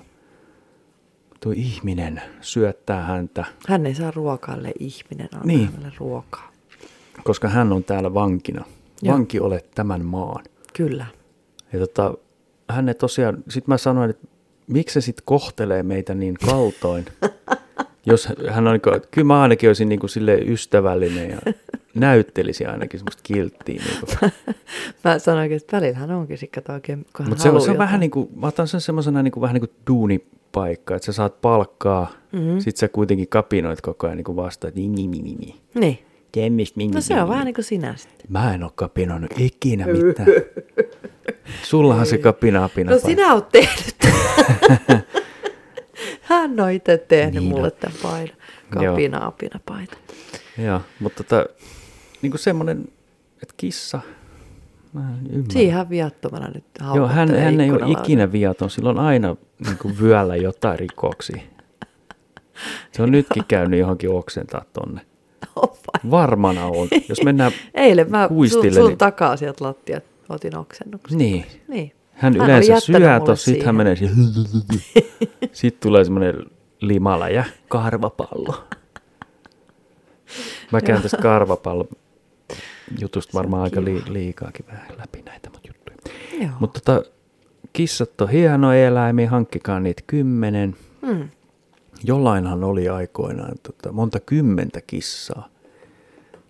S1: tuo ihminen syöttää häntä,
S2: Hän ei saa ruokaille ihminen, antaa niin.
S1: Niin.
S2: hänelle ruokaa.
S1: koska hän on täällä vankina.
S2: Joo.
S1: Vanki olet tämän maan.
S2: Kyllä.
S1: Ja tota, hän tosiaan, sit mä sanoin, että miksi se sit kohtelee meitä niin kaltoin, jos hän on, niin kuin, kyllä mä ainakin olisin niin kuin silleen ystävällinen ja näyttelisi ainakin semmoista kilttiä. Niin kuin.
S2: Mä sanoin, että välillä hän onkin sitten kato oikein, kun hän
S1: Mutta se, on- se on
S2: haluaa
S1: vähän niin kuin, mä otan sen semmoisena niin kuin, vähän niin kuin duunipaikka, että sä saat palkkaa, mm-hmm. sit sä kuitenkin kapinoit koko ajan niin kuin vastaan, että niin, niin, niin, niin, niin.
S2: jotain. Niin.
S1: Temmistä, niin,
S2: No
S1: niin,
S2: se
S1: niin,
S2: on
S1: niin.
S2: vähän niin kuin sinä sitten.
S1: Mä en ole kapinoinut ikinä mitään. Sullahan se kapinaa pina
S2: No sinä oot tehnyt. tämän. hän on itse tehnyt niin.
S1: Niin.
S2: mulle tämän paidan.
S1: Joo.
S2: Kapina apina paita.
S1: Joo, mutta tota, niin kuin semmoinen, että niinku kissa, Mä en ymmärrä.
S2: Siihen viattomana nyt
S1: Joo, hän,
S2: haukuttelee
S1: hän ei ole
S2: ikkunalla.
S1: ikinä viaton. Sillä on aina niin kuin vyöllä jotain rikoksia. Se on nytkin käynyt johonkin oksentaa tonne.
S2: On vai?
S1: Varmana on. Jos mennään...
S2: Eilen mä sun,
S1: Kuistille,
S2: sun
S1: niin-
S2: takaa sieltä lattia otin oksennuksen.
S1: Niin.
S2: Niin.
S1: Hän
S2: oli
S1: yleensä
S2: jättänyt
S1: syö
S2: mulle
S1: tuossa, sitten
S2: siihen.
S1: hän menee siihen. Sitten tulee semmoinen limala ja karvapallo. Mä käyn tästä karvapallon jutusta varmaan aika li- liikaakin vähän läpi näitä mun juttuja.
S2: Joo.
S1: Mutta tota, kissat on hienoja eläimiä, hankkikaa niitä kymmenen.
S2: Mm.
S1: Jollainhan oli aikoinaan tota, monta kymmentä kissaa.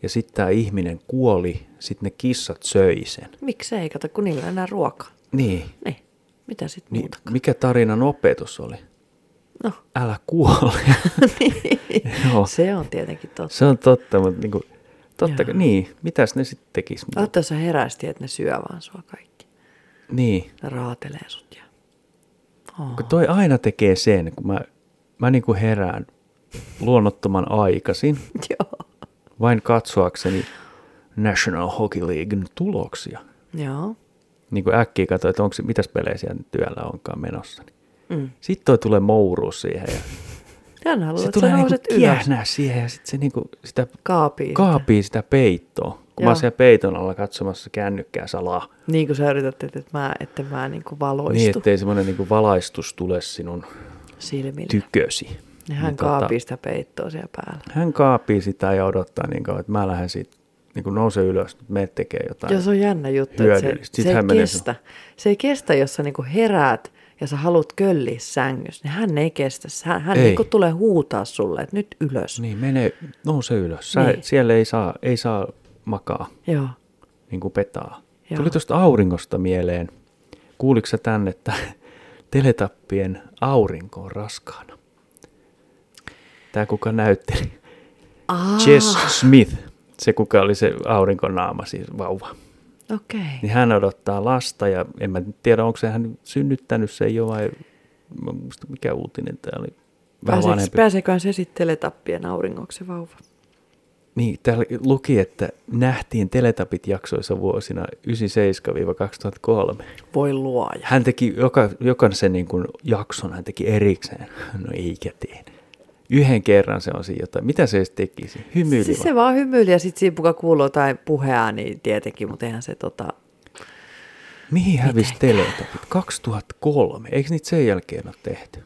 S1: Ja sitten tämä ihminen kuoli, sitten ne kissat söi sen.
S2: Miksei, kato, kun niillä ei ole enää ruokaa.
S1: Niin,
S2: Niin. Mitä sitten niin.
S1: niin
S2: muuta?
S1: mikä tarinan opetus oli?
S2: No,
S1: Älä kuole. Joo,
S2: se on tietenkin totta.
S1: se on totta, mutta niinku, totta
S2: Joo. Ah.
S1: kai, niin, mitäs ne sitten tekis? Mut-
S2: Ajattelin, jos sä herästi, että ne syö vaan sua kaikki.
S1: Niin,
S2: Ne raatelee sut ja...
S1: kun toi aina tekee sen, kun mä, mä niinku herään luonnottoman aikaisin,
S2: Joo.
S1: vain katsoakseni National Hockey Leaguein tuloksia.
S2: Joo.
S1: Niin kuin äkkiä katsoin, että onko, mitäs pelejä siellä nyt työllä onkaan menossa. niin.
S2: Mm.
S1: Sitten toi tulee mouruus siihen ja
S2: Hän haluaa,
S1: se
S2: että sä
S1: tulee niinku
S2: nouset ylös.
S1: kiehnää siihen ja sitten se niinku sitä
S2: Kaapii. sitä.
S1: kaapii sitä peittoa. Kun Joo. mä
S2: Joo.
S1: oon siellä peiton alla katsomassa kännykkää salaa,
S2: Niin kuin sä yrität, että et mä, että mä niinku valoistu
S1: niin ettei semmoinen niinku valaistus tule sinun
S2: silmillä.
S1: tykösi.
S2: Niin hän
S1: Niin
S2: kaapii sitä peittoa siellä päällä.
S1: Hän kaapii sitä ja odottaa niin kauan, että mä lähden siitä, niin kuin nouse ylös, nyt me tekee jotain.
S2: Joo, se on jännä juttu, että se,
S1: hyödyllistä.
S2: se
S1: Sitten
S2: ei
S1: hän menee
S2: kestä. Se ei kestä, jos sä niinku heräät ja sä haluat kölliä sängyssä. Niin hän ei kestä. Hän, hän
S1: Ei.
S2: niinku tulee huutaa sulle, että nyt ylös.
S1: Niin, mene, nouse ylös. Sä,
S2: Niin.
S1: niin. Siellä ei saa, ei saa makaa,
S2: Joo.
S1: niin kuin petaa.
S2: Joo.
S1: Joo. Tuli tuosta auringosta mieleen. Kuuliko sä tän, että teletappien aurinko on raskaana? Tämä kuka näytteli?
S2: Aa,
S1: Jess Smith, se kuka oli se aurinkonaama, siis vauva.
S2: okei. Okay.
S1: Niin hän odottaa lasta ja en mä nyt tiedä, onko se hän synnyttänyt sen jo vai mä en muista mikä uutinen tämä oli. Vähän
S2: Pääseekö,
S1: vanhempi.
S2: pääseeköhän se sitten teletappien auringoksi se vauva?
S1: Niin, täällä luki, että nähtiin Teletapit jaksoissa vuosina 97-2003.
S2: Voi luoja.
S1: Hän teki joka, jokaisen niin kuin jakson hän teki erikseen. No eikä tee. Yhden kerran se on siinä jotain. Mitä se edes tekisi? Hymyili
S2: Siis
S1: vaan.
S2: se vaan hymyili ja sitten siinä kuka kuuluu jotain puheaa, niin tietenkin, mutta eihän se tota...
S1: Mihin hävisi Teletapit? 2003. Eikö niitä sen jälkeen ole tehty?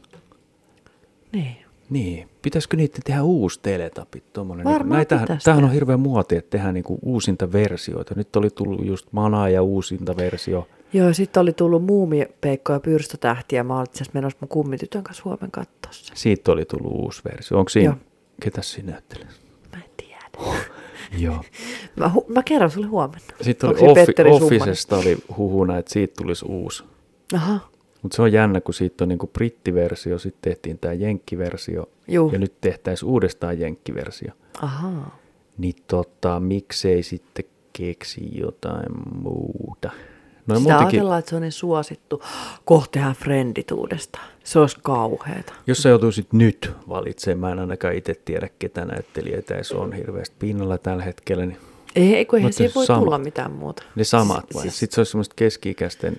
S2: Niin.
S1: Niin, pitäisikö niitä tehdä uusi teletapit? Tommonen, niin
S2: Varmaan
S1: näitähän,
S2: pitäisi
S1: tämähän on
S2: tehdä.
S1: hirveä muoti, että tehdään niinku uusinta versioita. Nyt oli tullut just Mana ja uusinta versio.
S2: Joo, sitten oli tullut muumipeikko ja pyrstötähtiä. Mä olin itse asiassa menossa mun kummitytön kanssa Suomen kattossa.
S1: Siitä oli tullut uusi versio. Onko siinä,
S2: Joo.
S1: ketä siinä näyttelee?
S2: Mä en tiedä.
S1: Joo.
S2: Mä, hu- mä kerron sulle huomenna.
S1: Sitten oli
S2: Onko se
S1: offi,
S2: Petteri Summanen?
S1: Officesta oli huhuna, että siitä tulisi uusi.
S2: Aha,
S1: Mutta se on jännä, kun siitä on niinku brittiversio, sitten tehtiin tämä jenkkiversio
S2: Juu.
S1: ja nyt tehtäisiin uudestaan jenkkiversio.
S2: aha.
S1: Niin tota, miksei sitten keksi jotain muuta? No
S2: No,
S1: ja
S2: Sitä muutenkin... ajatellaan, että se on niin suosittu. Kohtehan frendit uudestaan. Se olisi kauheeta.
S1: Jos sä joutuisit nyt valitsemaan, mä en ainakaan itse tiedä ketä näyttelijöitä edes on hirveästi pinnalla tällä hetkellä, niin
S2: Ei, ei, kun eihän
S1: Mutta
S2: siihen voi
S1: sama-
S2: tulla mitään muuta.
S1: ne samat vai?
S2: Siis-
S1: Sitten se olisi semmoista keski-ikäisten...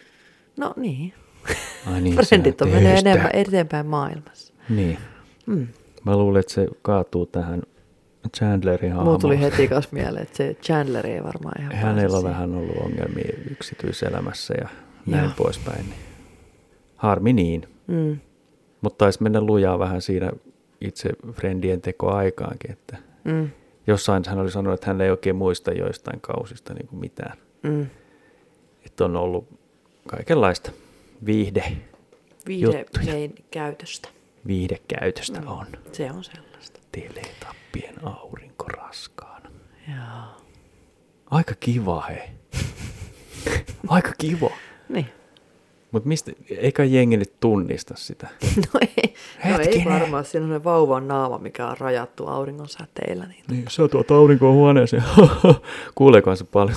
S2: No niin.
S1: Ai niin, sehän
S2: Frendit on mennyt
S1: teistä.
S2: enemmän eteenpäin maailmassa.
S1: Niin.
S2: Mm.
S1: Mä luulen, että se kaatuu tähän Chandlerin hahmoon.
S2: Mulla tuli heti kanssa mieleen, että se Chandler ei varmaan ihan pääse
S1: Hänellä on
S2: siihen.
S1: vähän ollut ongelmia yksityiselämässä ja näin
S2: Joo.
S1: Joo. poispäin. niin Harmi niin.
S2: Mm.
S1: Mutta taisi mennä lujaa vähän siinä itse Frendien tekoaikaankin, että
S2: Mm.
S1: jossain hän oli sanonut, että hän ei oikein muista joistain kausista niin kuin mitään.
S2: Mm.
S1: Että on ollut kaikenlaista viihde, Juttuja.
S2: Viidein käytöstä.
S1: viihdekäytöstä mm. on.
S2: Se on sellaista.
S1: Teletappien aurinko raskaana.
S2: Joo.
S1: Aika kiva hei. Aika kiva.
S2: Niin.
S1: Mutta mistä, eikä jengi nyt tunnista sitä.
S2: No ei, no ei
S1: Hetkinen.
S2: varmaan. Siinä on ne vauvan naama, mikä on rajattu auringon säteillä. Niin...
S1: Niin, sä tuot aurinkoa huoneeseen. Kuuleekohan se paljon?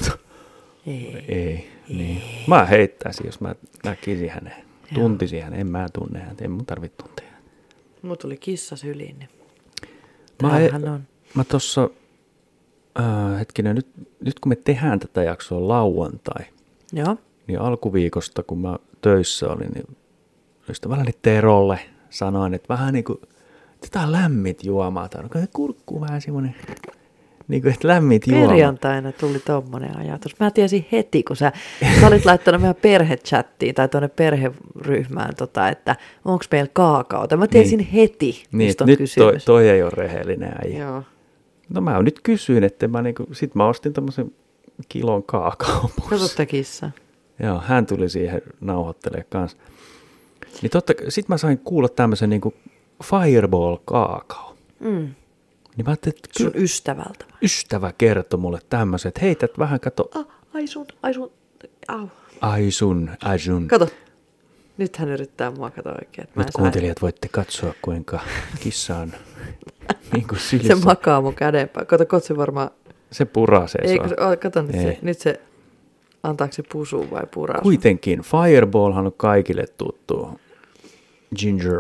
S2: Ei.
S1: Ei. Niin. Mä heittäisin, jos mä näkisin hänen. Tuntisin hänen. En mä tunne häntä. En mun tarvitse tuntea häntä.
S2: Mulla tuli kissa syliin. Niin...
S1: Mä,
S2: Täällähän on.
S1: mä tossa, äh, hetkinen, nyt, nyt kun me tehdään tätä jaksoa lauantai,
S2: Joo.
S1: Niin alkuviikosta, kun mä töissä olin, niin ystävälleni Terolle sanoin, että vähän niin kuin, että tää on lämmit juomaa. Tää on kurkku vähän semmoinen, niin kuin, että lämmit juomaa.
S2: Perjantaina tuli tommonen ajatus. Mä tiesin heti, kun sä, sä olit laittanut meidän perhechattiin tai tuonne perheryhmään, tota, että onko meillä kaakaota. Mä tiesin
S1: Niin.
S2: niin. heti,
S1: Niin, että
S2: mistä on
S1: nyt toi,
S2: kysymys.
S1: toi ei ole rehellinen äijä.
S2: Joo.
S1: No mä nyt kysyin, että mä niinku, sit mä ostin tämmöisen kilon kaakaopussin.
S2: Katsotte kissa.
S1: Joo, hän tuli siihen nauhoittelemaan kanssa. Niin totta, sit mä sain kuulla tämmöisen niinku fireball kaakao.
S2: Mm.
S1: Niin mä ajattelin, että
S2: Sun
S1: kyllä
S2: ystävältä. vai?
S1: ystävä kertoi mulle tämmöisen, että heität vähän kato,
S2: Ah, ai sun, ai sun, au.
S1: ai sun, ai sun.
S2: Kato. Nyt hän yrittää mua katoa oikein. että mä
S1: Nyt
S2: en saa-
S1: kuuntelijat voitte katsoa, kuinka kissa on niin kuin
S2: Se
S1: sylissä. Se,
S2: makaa mun käden päällä. Kato, kotsi varmaan...
S1: se purasee
S2: Ei,
S1: sua.
S2: kun, se- oh, kato nyt
S1: Ei.
S2: se, nyt se... Antaako se pusua vai puraa? sun?
S1: Kuitenkin Fireballhan on kaikille tuttu. Ginger,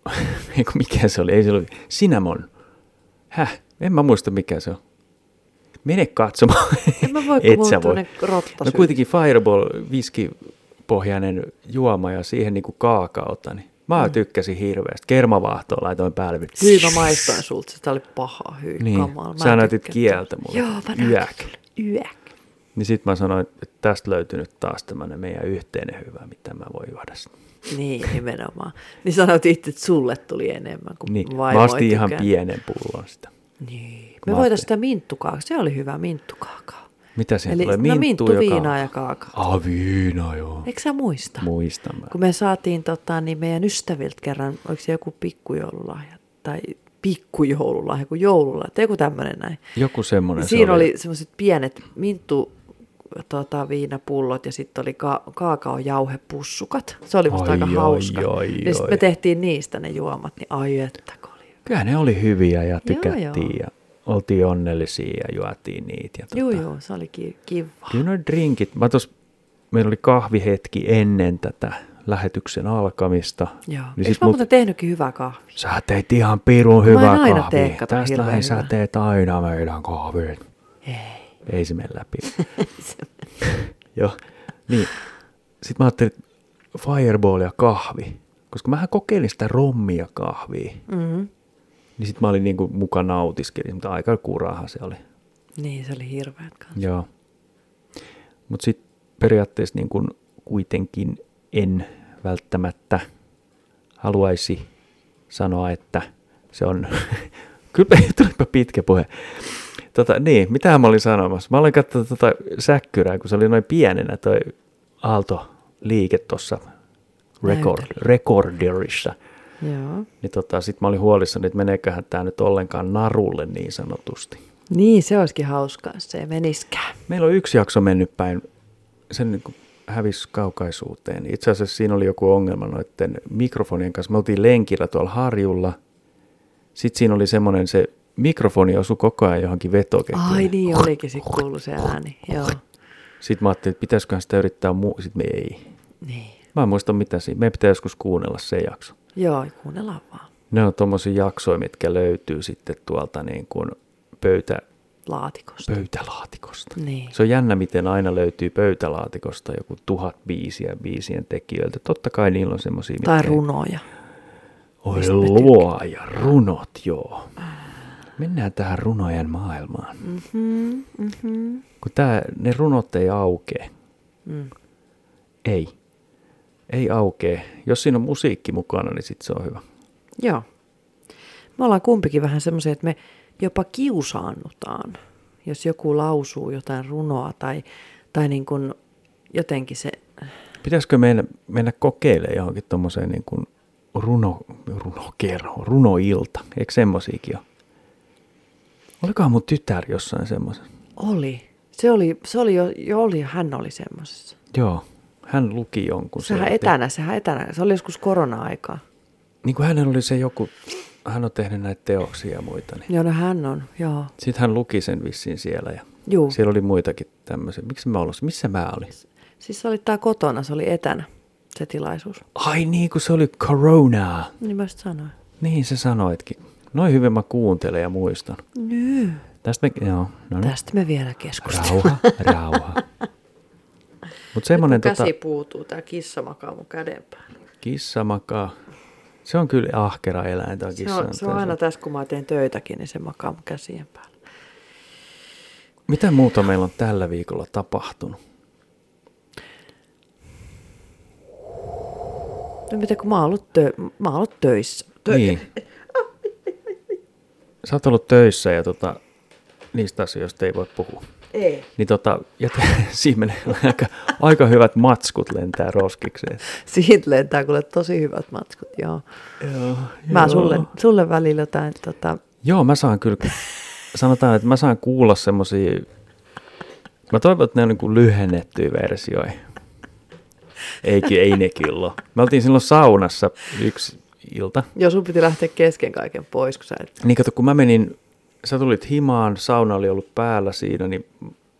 S1: Eiku, mikä se oli? Ei se ollut. Cinnamon. Häh? En mä muista mikä se on. Mene katsomaan.
S2: En mä voi, kun
S1: Et
S2: mulla
S1: sä
S2: on
S1: voi.
S2: tuonne rotta
S1: No kuitenkin Fireball viskipohjainen juoma ja siihen niinku kaakaota. Niin. Mä mm. tykkäsin hirveästi. Kermavaahtoa laitoin päälle.
S2: Hyi, mä maistoin sulta. Sitä oli paha hyy.
S1: Niin.
S2: Kamala. Mä
S1: Sä
S2: en
S1: näytit
S2: tykkää.
S1: kieltä mulle.
S2: Joo, mä näytin.
S1: Yäk.
S2: Yäk.
S1: Niin sit mä sanoin, että tästä löytyy nyt taas tämmönen meidän yhteinen hyvä, mitä mä voin juoda.
S2: Niin, nimenomaan. Niin sanoit itse, että sulle tuli enemmän kuin
S1: Niin.
S2: vaimo
S1: Mä ostin
S2: ei
S1: ihan
S2: tykkää.
S1: pienen pullon sitä.
S2: Niin.
S1: Mä
S2: Me voitaisiin
S1: ajattelin.
S2: sitä minttukaakaa. Se oli hyvä minttukaakaa.
S1: Mitä siihen
S2: Eli
S1: tulee?
S2: no,
S1: Minttu,
S2: minttu,
S1: joka...
S2: viinaa ja kaakaa.
S1: Ah, viina, joo.
S2: Eikö sä muista?
S1: Muistan mä.
S2: Kun me saatiin tota, niin meidän ystäviltä kerran, oliko se joku pikkujoululahja tai pikkujoululahja, kun joululahja, tai joku tämmöinen näin.
S1: Joku semmoinen
S2: Niin siinä oli semmoiset pienet minttu tota, viinapullot ja sitten oli ka- kaakaojauhepussukat. Se oli musta
S1: Ai,
S2: aika
S1: ai,
S2: hauska.
S1: ai,
S2: ja sitten me
S1: ai.
S2: tehtiin niistä ne juomat, niin ai että kun oli.
S1: Kyllä ne oli hyviä ja
S2: Joo,
S1: tykättiin
S2: joo.
S1: ja oltiin onnellisia ja juotiin niitä. Ja tota,
S2: Joo, joo, se oli ki- kiva.
S1: Kyllä noi drinkit. Mä tos, meillä oli kahvihetki ennen tätä lähetyksen alkamista.
S2: Joo.
S1: Niin
S2: Eikö
S1: sit
S2: mä
S1: mut,
S2: muuten tehnytkin hyvää kahvia?
S1: sä teit ihan pirun
S2: Mä en
S1: hyvää
S2: aina
S1: kahvia.
S2: tee, kato,
S1: Tästä
S2: hirveän
S1: lähin sä
S2: hyvää.
S1: teet aina meidän kahvit.
S2: Ei.
S1: Ei se mene läpi. Joo. Niin. Sitten mä ajattelin, että fireball ja kahvi. Koska mähän kokeilin sitä rommia kahvia.
S2: Mm-hmm.
S1: Niin sitten mä olin niinku muka nautiskelin, mutta aika kurahan se oli.
S2: Niin, se oli hirveät kanssa.
S1: Joo. Mutta sitten periaatteessa niin kun kuitenkin en välttämättä haluaisi sanoa, että se on... Kyllä tulipa pitkä puhe. Tota, niin, mitä mä olin sanomassa? Mä olin katsonut tota säkkyrää, kun se oli noin pienenä toi Aalto-liike tuossa record,
S2: Näytöllä.
S1: recorderissa.
S2: Joo.
S1: Niin tota, sitten mä olin huolissani, että meneeköhän tämä nyt ollenkaan narulle niin sanotusti.
S2: Niin, se olisikin hauskaa, jos se ei meniskään.
S1: Meillä on yksi jakso mennyt päin, sen niin hävisi kaukaisuuteen. Itse asiassa siinä oli joku ongelma noiden mikrofonien kanssa. Me oltiin lenkillä tuolla harjulla. Sitten siinä oli semmoinen, se mikrofoni osui koko ajan johonkin vetoketjuun.
S2: Ai niin, olikin sitten kuulu se ääni. Joo.
S1: Sitten mä ajattelin, että pitäisiköhän sitä yrittää muu... Sitten me ei.
S2: Niin.
S1: Mä en muista mitä siinä. Meidän pitää joskus kuunnella se jakso.
S2: Joo, kuunnellaan vaan.
S1: Ne on tommosia jaksoja, mitkä löytyy sitten tuolta niin kuin pöytä,
S2: Laatikosta.
S1: pöytälaatikosta.
S2: Niin.
S1: Se on jännä, miten aina löytyy pöytälaatikosta joku tuhat biisiä biisien tekijöiltä. Totta kai niillä on semmoisia...
S2: Tai runoja.
S1: Oi
S2: mistä mä
S1: luo ja runot, joo. Mennään tähän runojen maailmaan.
S2: Mm, mm-hmm.
S1: Kun tää, ne runot ei aukee.
S2: mm.
S1: Ei. Ei aukee. Jos siinä on musiikki mukana, niin sit se on hyvä.
S2: Joo. Me ollaan kumpikin vähän semmoisia, että me jopa kiusaannutaan, jos joku lausuu jotain runoa tai, tai niin kuin jotenkin se...
S1: Pitäisikö meidän mennä kokeilemaan johonkin tommoseen niin kuin runo, runokerho, runoilta? Eikö semmosiakin ole? Olikohan mun tytär jossain semmoisen?
S2: Oli. Se oli, se oli jo, jo oli, hän oli semmoisessa.
S1: Joo, hän luki jonkun.
S2: Sehän
S1: sieltä.
S2: etänä, sehän etänä. Se oli joskus korona-aikaa.
S1: Niin kuin hänellä oli se joku, hän on tehnyt näitä teoksia ja muita. Niin.
S2: Joo, no hän on, joo.
S1: Sitten hän luki sen vissiin siellä ja
S2: Juu.
S1: siellä oli muitakin tämmöisiä. Miksi mä olin? Missä mä olin?
S2: Siis se oli tää kotona, se oli etänä se tilaisuus.
S1: Ai niin, kun se oli corona.
S2: Niin mä just sanoin.
S1: Niin se sanoitkin. Noin hyvin mä kuuntelen ja muistan.
S2: Nyy.
S1: Tästä me, joo, no niin.
S2: Tästä me vielä keskustellaan.
S1: Rauha, rauha. Mutta semmoinen
S2: Käsi
S1: tota,
S2: puutuu, tämä kissa makaa mun käden päällä.
S1: kissa makaa. Se on kyllä ahkera eläin tämä
S2: Se
S1: kissa.
S2: on, se on aina tässä, kun mä teen töitäkin, niin se makaa mun käsien päällä.
S1: Mitä muuta meillä on tällä viikolla tapahtunut?
S2: No mitä, kun mä oon ollut, tö- mä oon ollut töissä.
S1: Niin. Sä oot ollut töissä ja tota, niistä asioista ei voi puhua.
S2: Ei.
S1: Niin tota, jätä, siinä menee aika, aika hyvät matskut lentää roskikseen.
S2: Siitä lentää kuule tosi hyvät matskut, joo.
S1: Joo,
S2: Mä sulle, sulle välillä jotain tota,
S1: Joo, mä saan kyllä, sanotaan, että mä saan kuulla semmosia, mä toivon, että ne on niin lyhennettyjä versioita. Eikin, ei ne kyllä ole. Me oltiin silloin saunassa yksi ilta.
S2: Joo, sun piti lähteä kesken kaiken pois, kun sä et...
S1: Niin kato, kun mä menin, sä tulit himaan, sauna oli ollut päällä siinä, niin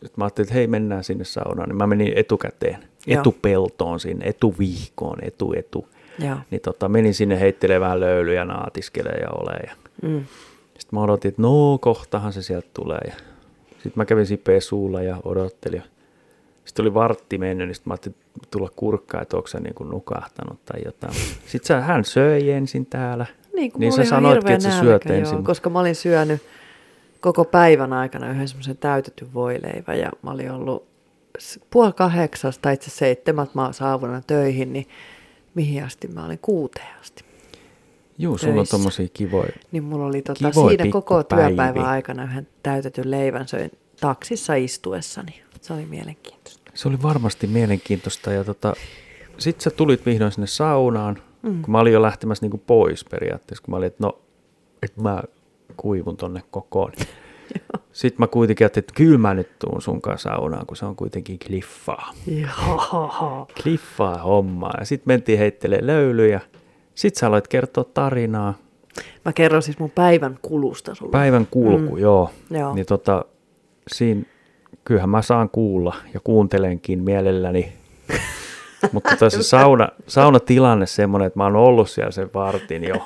S1: sit mä ajattelin, että hei mennään sinne saunaan. Niin mä menin etukäteen,
S2: Joo.
S1: etupeltoon sinne, etuvihkoon, etu, etu.
S2: Joo.
S1: Niin tota, menin sinne heittelemään löylyjä, naatiskelee ja ole. Ja...
S2: Mm.
S1: Sitten mä odotin, että no kohtahan se sieltä tulee. Ja... Sitten mä kävin siinä pesuulla ja odottelin. Sitten oli vartti mennyt, niin sitten mä ajattelin tulla kurkkaan, että onko sä niin kuin nukahtanut tai jotain. Sitten sä, hän söi ensin täällä.
S2: Niin, kun
S1: niin
S2: niin
S1: sä
S2: sä
S1: sanoitkin, että sä syöt ensin.
S2: Joo,
S1: mut-
S2: koska mä olin syönyt koko päivän aikana yhden semmoisen täytetyn voileivän ja mä olin ollut s- puoli kahdeksasta tai itse seitsemältä mä oon saavunut töihin, niin mihin asti mä olin kuuteen asti.
S1: Juu, sulla on
S2: töissä.
S1: tommosia kivoja.
S2: Niin mulla oli tota,
S1: Kivoja
S2: siinä koko
S1: pikkupäiviä.
S2: työpäivän aikana yhden täytetyn leivän söin taksissa istuessani. Se oli mielenkiintoista.
S1: Se oli varmasti mielenkiintoista. Ja tota, sit sä tulit vihdoin sinne saunaan, mm. kun mä olin jo lähtemässä niinku pois periaatteessa, kun mä olin, että no, et mä kuivun tonne kokoon. Sitten mä kuitenkin ajattelin, että kyllä mä nyt tuun sunkaan saunaan, kun se on kuitenkin kliffaa.
S2: Joo.
S1: Kliffaa hommaa. Ja sitten mentiin heittelee löylyjä. Sitten sä aloit kertoa tarinaa.
S2: Mä kerron siis mun päivän kulusta sulle.
S1: Päivän kulku, mm. joo.
S2: Joo.
S1: Niin tota, siinä, kyllähän mä saan kuulla ja kuuntelenkin mielelläni. Mutta tota se sauna, saunatilanne semmoinen, että mä oon ollut siellä sen vartin jo.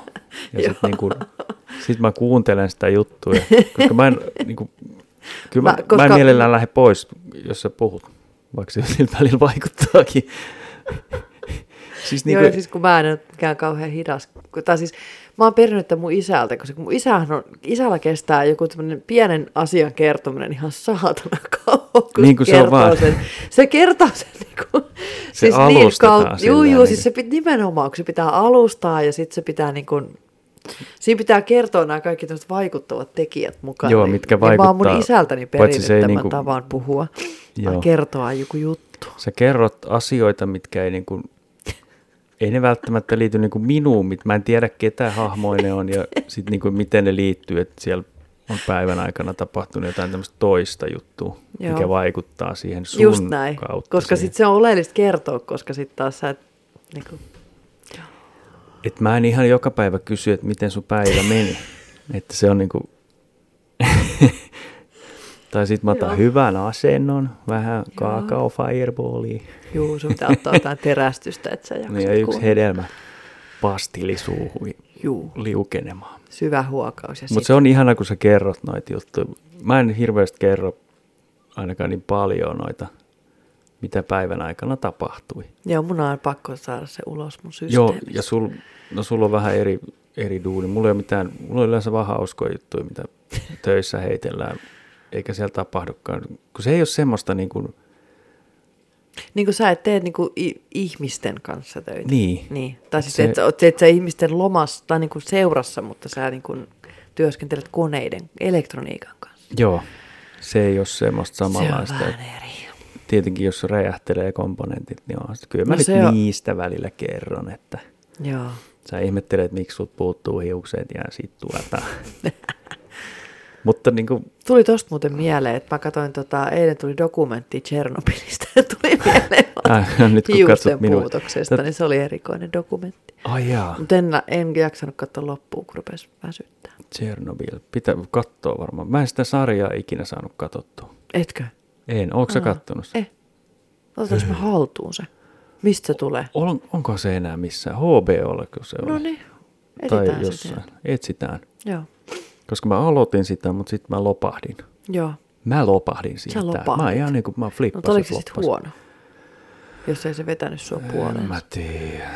S1: Ja sit, niin kun, sit mä kuuntelen sitä juttua, koska mä en, niin kun, kyllä mä, mä,
S2: Mä-
S1: koska... mä en
S2: koska-
S1: mielellään lähde pois, jos sä puhut, vaikka se siltä välillä vaikuttaakin. siis
S2: Niin
S1: niin
S2: Joo,
S1: kun,
S2: ja siis kun mä en ole mikään kauhean hidas. kun- Tai siis mä oon perinyt tämän mun isältä, koska mun isähän on, isällä kestää joku tämmöinen pienen asian kertominen ihan saatana kauan, kun
S1: Niin kuin se on
S2: kertoo
S1: vaan.
S2: sen. Se kertoo sen niin kuin,
S1: alustetaan
S2: Juu,
S1: sillä
S2: juu,
S1: niin
S2: siis se pit, nimenomaan, kun se pitää alustaa ja sitten se pitää niin kuin, Siinä pitää kertoa nämä kaikki tämmöiset vaikuttavat tekijät mukaan.
S1: Joo,
S2: niin-
S1: mitkä
S2: niin Mä oon
S1: vaikuttaa.
S2: mun isältäni
S1: Paitsi
S2: perinnyt
S1: se ei
S2: tämän
S1: niinku-
S2: niinku... tavan puhua,
S1: Joo.
S2: vaan kertoa joku juttu.
S1: Sä kerrot asioita, mitkä ei niin kuin, ei ne välttämättä liity niin kuin minuun. mit- Mä en tiedä, ketä hahmoja ne on ja sit niin kuin, miten ne liittyy, että siellä on päivän aikana tapahtunut jotain tämmöistä toista juttua, Joo.
S2: Joo.
S1: mikä vaikuttaa siihen sun
S2: Just näin,
S1: kautta.
S2: koska
S1: siihen.
S2: sitten se on oleellista kertoa, koska sitten taas sä et, niin kuin,
S1: Et mä en ihan joka päivä kysy, että miten sun päivä meni. että se on niinku... tai sit mä otan
S2: Joo.
S1: hyvän asennon, vähän kaakao fireballia
S2: juu, sun pitää ottaa jotain terästystä, että sä jaksat
S1: niin ja yksi
S2: kuunnella.
S1: hedelmä pastilisuuhui
S2: Juu,
S1: liukenemaan.
S2: syvä huokaus ja sit,
S1: Mutta se on ihana, kun sä kerrot noita juttuja. Mä en hirveästi kerro ainakaan niin paljon noita, mitä päivän aikana tapahtui.
S2: joo, mun on pakko saada se ulos mun
S1: Joo,
S2: systeemistä.
S1: ja sul, no sulla on vähän eri, eri duuni. Mulla ei ole mitään, mulla on yleensä vaan hauskoja juttuja, mitä töissä heitellään, eikä siellä tapahdukaan. Kun se ei ole semmoista niin kuin,
S2: Niin kuin sä et tee niin kuin i- ihmisten kanssa töitä.
S1: Niin.
S2: niin. Tai siis
S1: Se-
S2: se... et, sä- oot- et sä ihmisten lomassa tai niin kuin seurassa, mutta sä niin kuin työskentelet koneiden, elektroniikan kanssa.
S1: joo, se ei ole semmoista samanlaista.
S2: Se on
S1: että-
S2: vähän eri.
S1: tietenkin jos räjähtelee komponentit, niin on. sit- Kyllä mä
S2: No
S1: no nyt
S2: se on-
S1: niistä välillä kerron, että
S2: Joo.
S1: sä ihmettelet, miksi sut puuttuu hiukset ja sit tuota. Mutta niin kuin,
S2: Tuli tosta muuten mieleen, että mä katsoin, tota, eilen tuli dokumentti Tchernobylistä ja tuli mieleen
S1: Äh,
S2: vaan
S1: nyt kun katsot
S2: hiusten
S1: minua.
S2: puutoksesta,
S1: Tät-
S2: niin se oli erikoinen dokumentti.
S1: ajaa,
S2: Mutta en, en jaksanut katsoa loppuun, kun rupesi väsyttää.
S1: Chernobyl, pitää katsoa varmaan. Mä en sitä sarjaa ikinä saanut katsottua.
S2: Etkö?
S1: En, ootko sä
S2: Aa,
S1: kattonut sitä?
S2: Eh. Otetaanko me haltuun se? Mistä se tulee?
S1: On, onko se enää missään? HBOlla, kun se
S2: No
S1: oli?
S2: niin,
S1: tai
S2: etsitään se
S1: jossain.
S2: sieltä.
S1: Etsitään.
S2: Joo,
S1: Koska mä aloitin sitä, mutta sitten mä lopahdin.
S2: joo.
S1: Mä lopahdin siitä.
S2: lopahdit.
S1: Mä ihan niin kuin, mä
S2: No
S1: flippasin.
S2: oliko se sitten
S1: floppasin.
S2: huono? jos ei se vetänyt sua
S1: En
S2: puoleen.
S1: mä tiedä.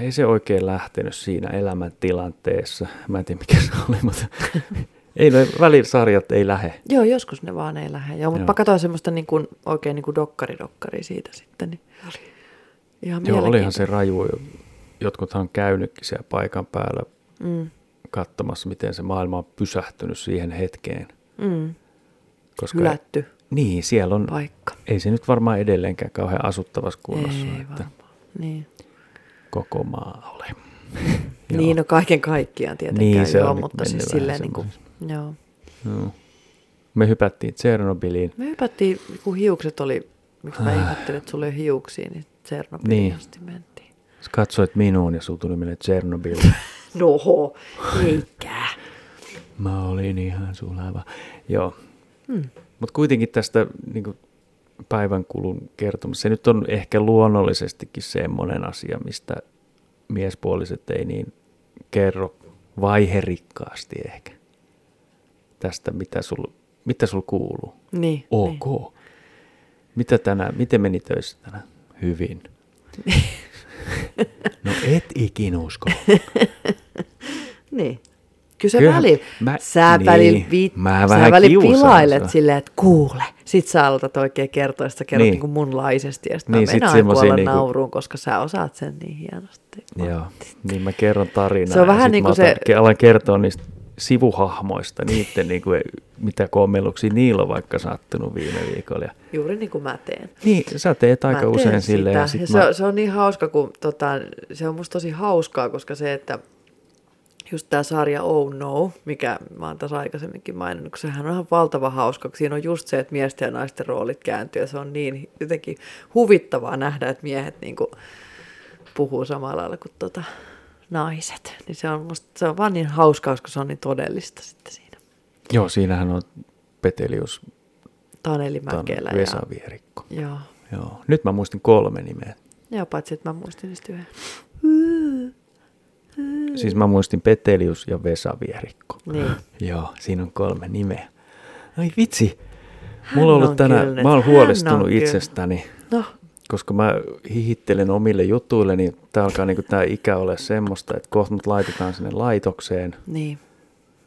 S1: Ei se oikein lähtenyt siinä elämäntilanteessa. Mä en tiedä mikä se oli, mutta ei ne välisarjat ei lähe.
S2: Joo, joskus ne vaan ei lähde. Joo, mutta
S1: Joo.
S2: mä katsoin semmoista niin kuin, oikein niin kuin dokkari-dokkari siitä sitten. Niin oli ihan
S1: Joo, olihan
S2: No mielenkiintoista.
S1: se raju. Jotkuthan on käynytkin siellä paikan päällä katsomassa, miten se maailma on pysähtynyt siihen hetkeen.
S2: Mm, mm.
S1: Koska
S2: Hylätty
S1: Niin, siellä on,
S2: paikka.
S1: ei se nyt varmaan edelleenkään kauhean asuttavassa kunnossa,
S2: ei
S1: että
S2: varmaan. Niin.
S1: koko maa ole. Joo.
S2: niin, no kaiken kaikkiaan tietenkään
S1: Niin, se
S2: joo,
S1: on nyt
S2: mutta siis
S1: mennyt
S2: silleen
S1: vähän
S2: niin kuin, joo.
S1: Joo. Me hypättiin Tsernobyliin.
S2: Me hypättiin, kun hiukset oli, miksi mä ihmettelin, että sulla ei ole hiuksia, niin Tsernobyliin niin.
S1: Ah. Niin.
S2: asti mentiin.
S1: Sä katsoit minuun ja sulla tuli mieleen Tsernobyl.
S2: Noho, eikä.
S1: Mä olin ihan sulava. Joo. Mutta kuitenkin tästä niin kuin päivän kulun kertomus. Se nyt on ehkä luonnollisestikin semmoinen asia, mistä miespuoliset ei niin kerro vaiherikkaasti ehkä tästä, mitä sulla mitä sul kuuluu.
S2: Niin,
S1: Ok. Mitä tänään, miten meni töissä tänään? Hyvin. no et ikin usko.
S2: Niin. Kyllä sä
S1: Kyllähän
S2: välillä, mä,
S1: mä-
S2: sä
S1: niin,
S2: välillä, vi,
S1: mä
S2: sä
S1: vähän
S2: välillä
S1: kiusaan
S2: pilailet
S1: sua.
S2: silleen, että kuule. Sit sä aloitat oikein kertoa, sit sä kerrot niin.
S1: Niin.
S2: niin munlaisesti ja sit niin, mä
S1: Niin, sit
S2: menen aina
S1: semmosia
S2: kuolla niinku...
S1: niinku-
S2: nauruun, koska sä osaat sen niin hienosti.
S1: Joo, niin mä kerron tarinaa.
S2: Se on
S1: ja
S2: vähän
S1: sit
S2: niin
S1: mä
S2: kuin se-
S1: otan- Alan kertoa niistä sivuhahmoista, niiden niin kuin, mitä kommelluksia niillä on vaikka sattunut viime viikolla. Ja,
S2: Juuri niin kuin mä teen.
S1: niin, sä teet aika
S2: Mä teen
S1: usein silleen.
S2: Sitä.
S1: Ja sit
S2: Ja se,
S1: mä,
S2: on, se on niin hauska, kun tota, se on musta tosi hauskaa, koska se, että just tämä sarja Oh No, mikä mä oon tässä aikaisemminkin maininnut, kun sehän on ihan valtava hauska, kun siinä on just se, että miesten ja naisten roolit kääntyy ja se on niin jotenkin huvittavaa nähdä, että miehet niinku puhuu samalla lailla kuin tota, naiset. Niin se on, musta, se on vaan niin hauskaa, koska se on niin todellista sitten siinä.
S1: Joo, siinähän on Petelius
S2: Taneli
S1: ton
S2: Mäkelä
S1: Vesa Vierikko.
S2: ja, joo.
S1: Joo. Nyt mä muistin kolme nimeä.
S2: Joo, paitsi että mä muistin niistä yhden.
S1: Siis mä muistin Petelius ja Vesa Vierikko.
S2: Niin.
S1: Joo, siinä on kolme nimeä. Ai vitsi. Mulla on ollut
S2: on kyllä
S1: tänään,
S2: nyt-
S1: mä oon
S2: hän on
S1: huolestunut
S2: kyllä.
S1: itsestäni.
S2: No,
S1: koska mä hihittelen omille jutuille, niin tämä alkaa niinku tää ikä ole semmoista, että kohta mut laitetaan sinne laitokseen.
S2: Niin.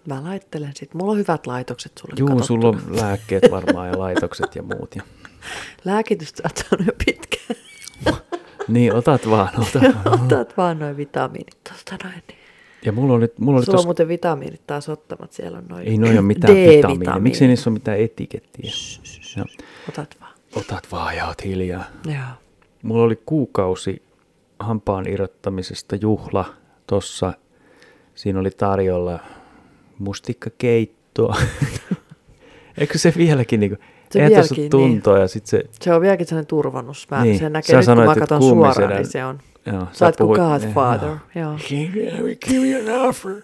S2: Mä laittelen sit. Mulla on hyvät laitokset sulle
S1: Juu,
S2: katsottuna.
S1: sulla on lääkkeet varmaan ja laitokset ja muut. Ja.
S2: Lääkitystä oot saanut jo pitkään.
S1: Niin, otat vaan, ota.
S2: Otat vaan noin vitamiinit tosta noin. Niin.
S1: Ja mulla oli, mulla oli
S2: Sulla on
S1: tos,
S2: muuten vitamiinit taas ottamat. Siellä on noin
S1: ei noi ole mitään vitamiineja. Miksi niissä on mitään etikettiä? Ja,
S2: Otat vaan.
S1: otat vaan ja oot hiljaa.
S2: Joo.
S1: Mulla oli kuukausi hampaan irrottamisesta juhla tossa. Siinä oli tarjolla mustikkakeittoa. Eikö se vieläkin niinku,
S2: Se
S1: se eihän tuossa
S2: vieläkin,
S1: tuntoa ja sit se,
S2: Se on vieläkin sellainen turvannus. Mä, niin.
S1: Niin.
S2: Se näkee
S1: Sä
S2: nyt,
S1: sanoit,
S2: kun mä
S1: että
S2: katson
S1: kuumisedän-
S2: suoraan, niin se on.
S1: joo,
S2: Sä oot kuin Godfather. Joo.
S1: Can we give you an offer?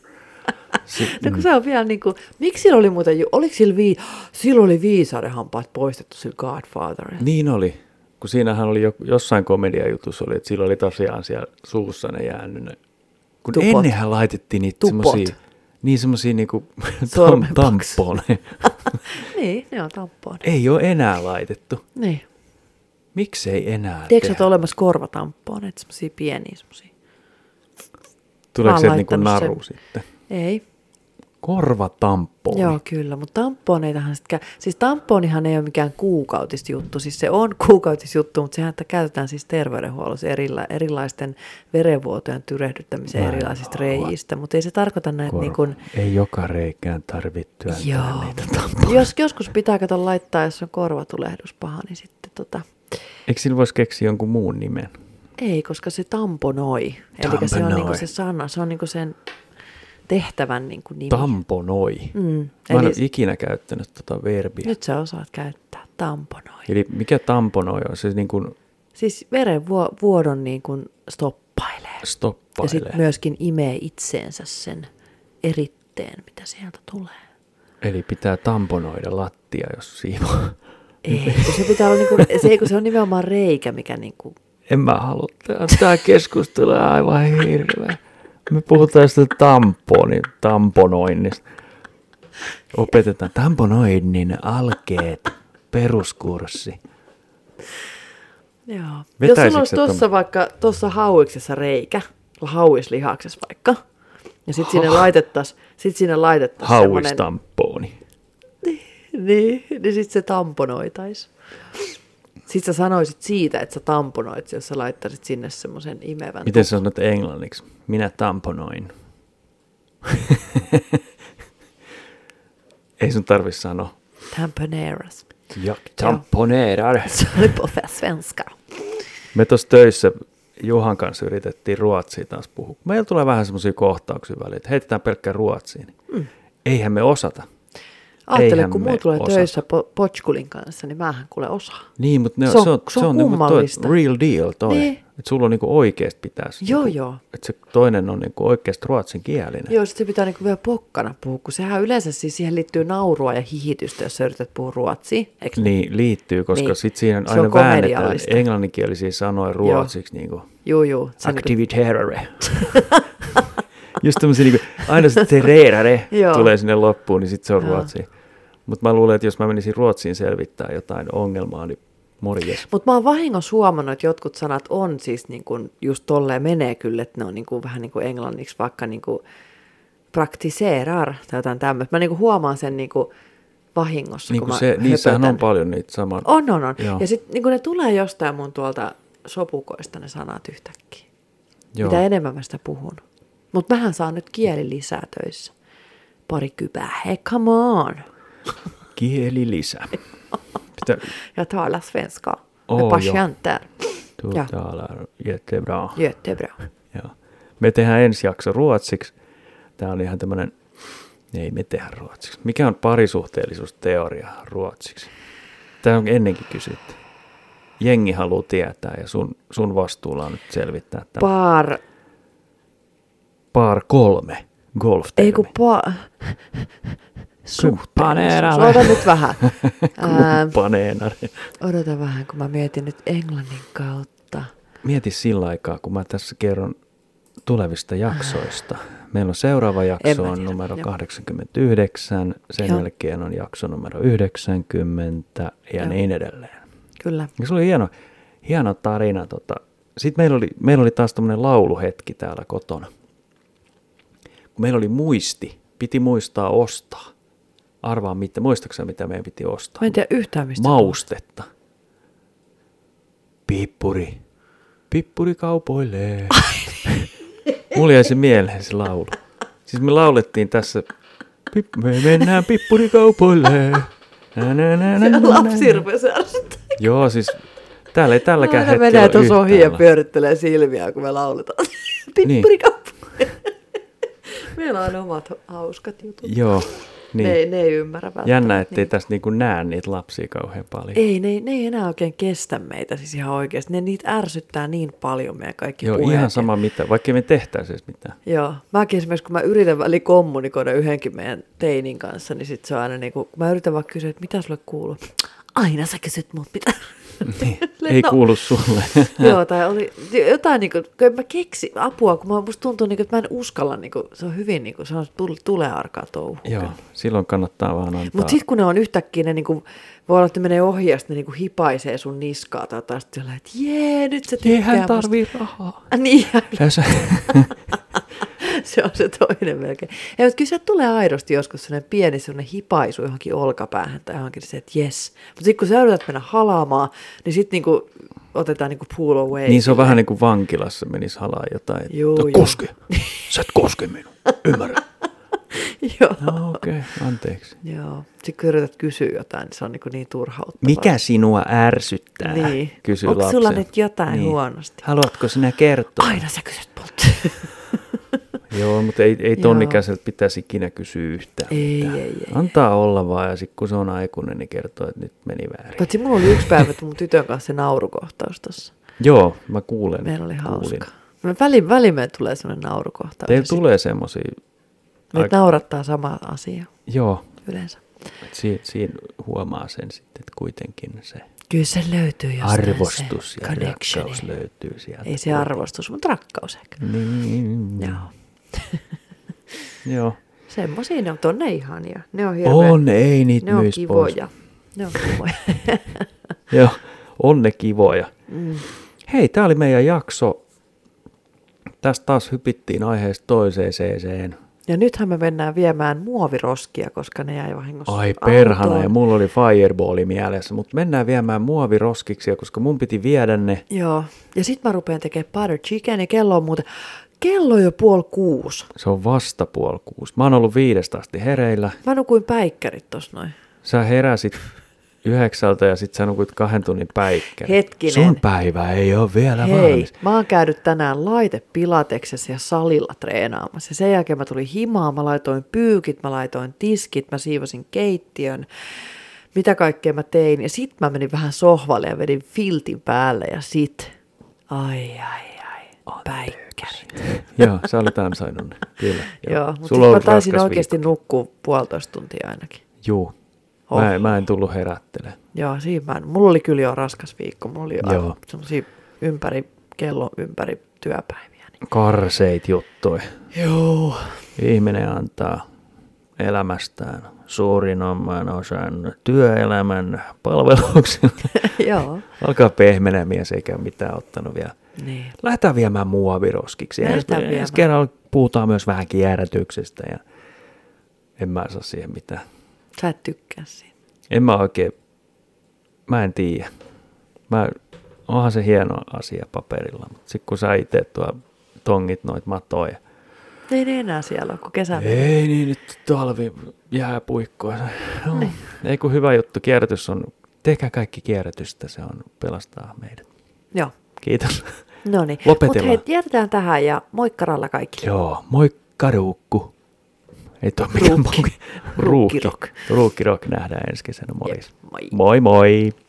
S1: Sit,
S2: No kun se on vielä niin kuin, miksi sillä oli muuten, ju- oliko sillä, vii, sillä oli viisauden hampaat poistettu sillä Godfatherilla?
S1: niin oli, kun siinähän oli jo, jossain komediajutussa oli, että sillä oli tosiaan siellä suussa ne jäänyt ne. Kun
S2: Tupot.
S1: Tupot. ennenhän laitettiin niitä
S2: Tupot.
S1: semmosia, niin semmosia niinku
S2: Sormen
S1: tam,
S2: paksu.
S1: tamponeja.
S2: niin, ne on tampoon.
S1: Ei ole enää laitettu.
S2: Niin.
S1: Miksei enää
S2: Tiedätkö, että
S1: tehdä?
S2: on olemassa korvatampponeita, semmosia pieniä semmosia? Mä
S1: Tuleeko
S2: oon
S1: sieltä niinku
S2: laittanut
S1: naru
S2: sen.
S1: sitten?
S2: Ei.
S1: Korvatamponi.
S2: Joo, kyllä, mutta tamponeitahan sit kä- Siis tamponihan ei ole mikään kuukautisjuttu, siis se on kuukautisjuttu, mutta sehän että käytetään siis terveydenhuollossa erila- erilaisten verenvuotojen tyrehdyttämiseen
S1: Mä en
S2: erilaisista
S1: halua.
S2: reiistä, mutta ei se tarkoita näitä
S1: Korva.
S2: niin kuin...
S1: Ei joka reikään tarvittyä
S2: Joo.
S1: niitä tamponeja.
S2: Jos joskus pitää kato laittaa, jos on korvatulehdus paha, niin sitten tota...
S1: Eikö sillä voisi keksiä jonkun muun nimen?
S2: Ei, koska se tamponoi. Eli se on
S1: Tamponoi.
S2: niinku se sana, se on niinku sen tehtävän niinku nimi.
S1: Tamponoi.
S2: Mm,
S1: Mä en
S2: eli-
S1: ole ikinä käyttänyt tota verbiä.
S2: Nyt sä osaat käyttää tamponoi.
S1: Eli mikä tamponoi on? Se niin kuin
S2: Siis verenvuodon niin kuin stoppailee. Ja
S1: stoppailee.
S2: sitten myöskin imee itseensä sen eritteen, mitä sieltä tulee.
S1: Eli pitää tamponoida lattia, jos siivoaa.
S2: Ei,
S1: Niin.
S2: kun se pitää olla niinku, se, ei, kun se on nimenomaan reikä, mikä niinku,
S1: En mä halua. Tämä keskustelu on aivan hirveä. Me puhutaan sitä tamponi, tamponoinnista. Opetetaan tamponoinnin alkeet, peruskurssi.
S2: Joo. Jos
S1: Vetäisitkö
S2: sulla olisi
S1: sä
S2: tuossa
S1: ton-
S2: vaikka, tuossa hauiksessa reikä, hauislihaksessa vaikka, ja sitten sinne laitettaisiin sit sinne laitettaisiin semmonen-
S1: Hauistampooni.
S2: Niin, niin sitten se tamponoitais. Sitten sä sanoisit siitä, että sä tamponoit, jos sä laittaisit sinne semmoisen imevän.
S1: Miten sä sanot englanniksi? Minä tamponoin. Ei sun tarvi sanoa.
S2: Tamponeras.
S1: Jag tamponerar.
S2: Se oli på svenska.
S1: Me tuossa töissä Juhan kanssa yritettiin ruotsia taas puhua. Meillä tulee vähän semmoisia kohtauksia väliin, että heitetään pelkkään ruotsiin. Mm. Eihän me osata.
S2: Aattele,
S1: Eihän
S2: kun
S1: me
S2: muu tulee
S1: osata.
S2: töissä po- Potskulin kanssa, niin mähän kuule osaa.
S1: Niin, mutta ne,
S2: Se on- se on
S1: niinku toi
S2: kummallista.
S1: real deal toi.
S2: Niin.
S1: Niin. Että sulla on niinku oikeasti pitäisi.
S2: Joo,
S1: niinku,
S2: joo.
S1: Että se toinen on niinku oikeasti ruotsinkielinen.
S2: Joo, sit se pitää niinku vielä pokkana puhua, kun sehän yleensä siis siihen liittyy naurua ja hihitystä, jos sä yrität puhua ruotsia. Eikö?
S1: Niin, liittyy, koska
S2: Niin.
S1: niin. sitten siinä
S2: Se on
S1: aina väännetään
S2: komediallista.
S1: englanninkielisiä sanoja ruotsiksi. Niinku,
S2: Juu, juu. Se niinku-
S1: aktiviterare. Just tämmöisiä, niinku, aina se tererare
S2: Joo.
S1: tulee sinne loppuun, niin sitten se on
S2: Joo.
S1: ruotsi. Mutta mä luulen, että jos mä menisin Ruotsiin selvittää jotain ongelmaa, niin morjes.
S2: Mutta mä oon vahingossa huomannut, että jotkut sanat on siis niin kun just tolleen menee kyllä, että ne on niin kun vähän niin kuin englanniksi vaikka niin kuin praktiseerar tai jotain tämmöistä. Mä niin kuin huomaan sen niin kuin vahingossa,
S1: Niin
S2: kun mä
S1: se, niissähän on
S2: höpötän.
S1: paljon niitä saman.
S2: On, on, on. Joo.
S1: Joo.
S2: Ja sitten niin kun ne tulee jostain mun tuolta sopukoista ne sanat yhtäkkiä. Joo.
S1: Joo.
S2: Mitä enemmän mä sitä puhun. Mutta mähän saan nyt kieli lisää töissä. Pari kypää, hei come on.
S1: Kielilisä. Pitää,
S2: Ja talar svenska.
S1: Oo,
S2: Oh,
S1: joo.
S2: patienter.
S1: du
S2: Ja.
S1: talar jättebra.
S2: Jättebra.
S1: Joo. Me tehdään ensi jakso ruotsiksi. Tämä on ihan tämmöinen, ei me tehdä ruotsiksi. Mikä on parisuhteellisuusteoria ruotsiksi? Tämä on ennenkin kysytty. Jengi haluaa tietää ja sun, sun vastuulla on nyt selvittää tämä. Pa-
S2: Par
S1: Par kolme golf
S2: Ei kun po...
S1: Kumppaneeralle.
S2: Ota nyt vähän. Ää,
S1: Kumppaneenari.
S2: odota vähän, kun mä mietin nyt englannin kautta.
S1: Mieti sillä aikaa, kun mä tässä kerron tulevista jaksoista. Meillä on seuraava
S2: En
S1: jakso
S2: mä
S1: on
S2: tiedä,
S1: numero
S2: joo.
S1: 89, sen
S2: Joo.
S1: Joo. jälkeen on jakso numero 90 ja
S2: Joo.
S1: Joo. niin edelleen.
S2: Kyllä.
S1: Ja se oli hieno, hieno tarina. Tota. Sitten meillä oli, meillä oli taas tämmöinen lauluhetki täällä kotona. Kun meillä oli muisti, piti muistaa ostaa. Arvaa mitä, muistaakseni mitä meidän piti ostaa?
S2: Mä en tiedä yhtään mistä.
S1: maustetta. Pippuri. Pippuri kaupoilee.
S2: niin.
S1: Mulla jäi se mieleen se laulu. Siis me laulettiin tässä. Pip, me mennään pippuri kaupoilee. Nä, nä, nä, nä, nä,
S2: Lapsi
S1: nä.
S2: rupesi ärsyttää.
S1: Joo, siis täällä ei tälläkään
S2: Aina
S1: hetkellä
S2: menee tuossa
S1: ole
S2: ohi ja
S1: yhtään la-
S2: pyörittelee silmiä, kun me lauletaan.
S1: Niin.
S2: Pippurikappu. Meillä on omat hauskat jutut.
S1: Joo,
S2: Niin. Ne,
S1: niin.
S2: ei- ne ei ymmärrä välttämättä.
S1: Jännä, ettei
S2: niitä.
S1: tässä niinku näe niitä lapsia kauhean paljon.
S2: Ei, ne, ei- ne ei enää oikein kestä meitä siis ihan oikeasti. Ne niitä ärsyttää niin paljon meidän kaikki
S1: Joo,
S2: puheet.
S1: ihan
S2: ja-
S1: sama mitä, vaikka me tehtäisiin edes mitään.
S2: Joo. Mäkin esimerkiksi, kun mä yritän väli kommunikoida yhdenkin meidän teinin kanssa, niin sit se on aina niin kuin, kun mä yritän vaan kysyä, että mitä sulle kuuluu. Aina sä kysyt mut mitä.
S1: Niin.
S2: Silleen,
S1: Ei
S2: no,
S1: kuulu sulle.
S2: Joo, tai oli jotain, niin kuin, kun en mä keksi apua, kun mä, musta tuntuu, niin kuin, että mä en uskalla, niin kuin, se on hyvin, niin kuin, se on tule, tulee arkaa touhu.
S1: Joo, silloin kannattaa vaan antaa.
S2: Mutta sitten kun ne on yhtäkkiä, ne niinku, voi olla, että ne menee ohi ja sitten ne niinku hipaisee sun niskaa tai taas sillä että jee, nyt se tykkää
S1: Jee, hän
S2: musta."
S1: tarvii rahaa.
S2: Ah, Niin,
S1: Tässä.
S2: se on se toinen melkein. Ja, mutta kyllä se tulee aidosti joskus sellainen pieni sellainen hipaisu johonkin olkapäähän tai johonkin niin se, että jes. Mutta sitten kun sä yrität mennä halaamaan, niin sitten niinku otetaan niinku pull away.
S1: niin se on vähän niin kuin vankilassa menisi halaa jotain. että
S2: Joo,
S1: "Tuo
S2: joo.
S1: koske. Sä et koske minua. Ymmärrä.
S2: Joo.
S1: No okei, okay, anteeksi.
S2: Joo. Sitten kun yrität kysyä jotain, niin se on niinku niin turhauttavaa.
S1: Mikä sinua ärsyttää?
S2: Niin.
S1: Kysyy
S2: Onks
S1: lapsi.
S2: sulla nyt jotain huonosti?
S1: Haluatko sinä kertoa?
S2: Aina sä kysyt multa.
S1: Joo, mutta ei, ei
S2: Joo.
S1: ton ikäiseltä pitäisi ikinä kysyä yhtään.
S2: Ei,
S1: mitään.
S2: ei, ei.
S1: Antaa olla vaan ja sitten kun se on aikuinen, niin kertoo, että nyt meni väärin.
S2: Paitsi mulla oli yksi päivä että mun tytön kanssa se naurukohtaus tossa.
S1: Joo, mä kuulen.
S2: Meillä oli
S1: kuulin.
S2: hauska. Me väliin, väliin meillä tulee semmoinen naurukohtaus.
S1: Teillä
S2: ja sit
S1: tulee semmoisia,
S2: Meitä naurattaa sama asia
S1: joo,
S2: yleensä.
S1: Et si- siinä huomaa sen sitten, että kuitenkin se
S2: Kyllä se löytyy jostain
S1: arvostus
S2: se
S1: ja
S2: connectioni.
S1: rakkaus löytyy Mm. sieltä.
S2: Ei se arvostus, mutta rakkaus ehkä.
S1: Niin.
S2: Joo.
S1: Joo.
S2: Semmoisia ne on, mutta on ne ihania. Ne on hirveä.
S1: On, ei niitä
S2: ne on
S1: myis pois.
S2: kivoja. Ne on kivoja.
S1: Joo, on ne kivoja. Mm. Hei, tämä oli meidän jakso. Tästä taas hypittiin aiheesta toiseeseen.
S2: Ja nythän me mennään viemään muoviroskia, koska ne jäi vahingossa
S1: Ai perhana,
S2: autoon.
S1: ja mulla oli fireballi mielessä, mutta mennään viemään muoviroskiksia, koska mun piti viedä ne.
S2: Joo, ja sit mä rupean tekemään butter chicken ja kello on muuten, kello on jo puoli kuusi.
S1: Se on vasta puoli kuusi. Mä oon ollut viidestä asti hereillä.
S2: Mä nukuin päikkärit tos noin.
S1: Sä heräsit yhdeksältä ja sit sä nukuit kahden tunnin päikkään.
S2: Hetkinen.
S1: Sun päivä ei ole vielä
S2: Hei,
S1: valmis.
S2: mä oon käynyt tänään laitepilateksessa ja salilla treenaamassa. Ja sen jälkeen mä tulin himaan, mä laitoin pyykit, mä laitoin tiskit, mä siivosin keittiön. Mitä kaikkea mä tein. Ja sit mä menin vähän sohvalle ja vedin filtin päälle ja sit... Ai, ai, ai. Päikkärit.
S1: Joo, sä olet ansainnut ne. Kyllä.
S2: Joo, mutta sit mä taisin oikeasti nukkua puolitoista tuntia ainakin.
S1: Juu.
S2: Oh.
S1: Mä, en- mä en tullut herättele.
S2: Joo, siinä mä en. Mulla oli kyllä jo raskas viikko. Mulla oli
S1: Joo.
S2: jo semmosia ympäri, kello ympäri työpäiviä. Niin.
S1: Karseit juttuja.
S2: Joo.
S1: Ihminen antaa elämästään suurimman osan työelämän palvelukselle.
S2: Joo.
S1: Alkaa pehmenä mies eikä mitään ottanut vielä.
S2: Niin.
S1: Lähdetään viemään muoviroskiksi. Ja Ensi,
S2: Lähdetään viemään.
S1: ensi kerralla puhutaan myös vähän kierrätyksestä ja en mä saa siihen mitään.
S2: Sä et tykkää siitä.
S1: En mä oikein, mä en tiedä. Mä, onhan se hieno asia paperilla, mutta sitten kun sä itse tuo tongit noit matoja.
S2: Ei ne enää siellä ole, kun kesä meni.
S1: Ei niin, nyt talvi jää puikkoa. No. Ei kun hyvä juttu, kierrätys on, tehkää kaikki kierrätystä, se on pelastaa meidät.
S2: Joo.
S1: Kiitos.
S2: No niin.
S1: Lopetellaan.
S2: Mut hei, jätetään tähän ja moikkaralla kaikki.
S1: Joo, moikka ruukku. Ei toi mikään
S2: Ruukki.
S1: ruukki.
S2: Ruukkirock.
S1: Ruukkirock nähdään ensi kesänä, moi.
S2: Jep, moi.
S1: Moi moi.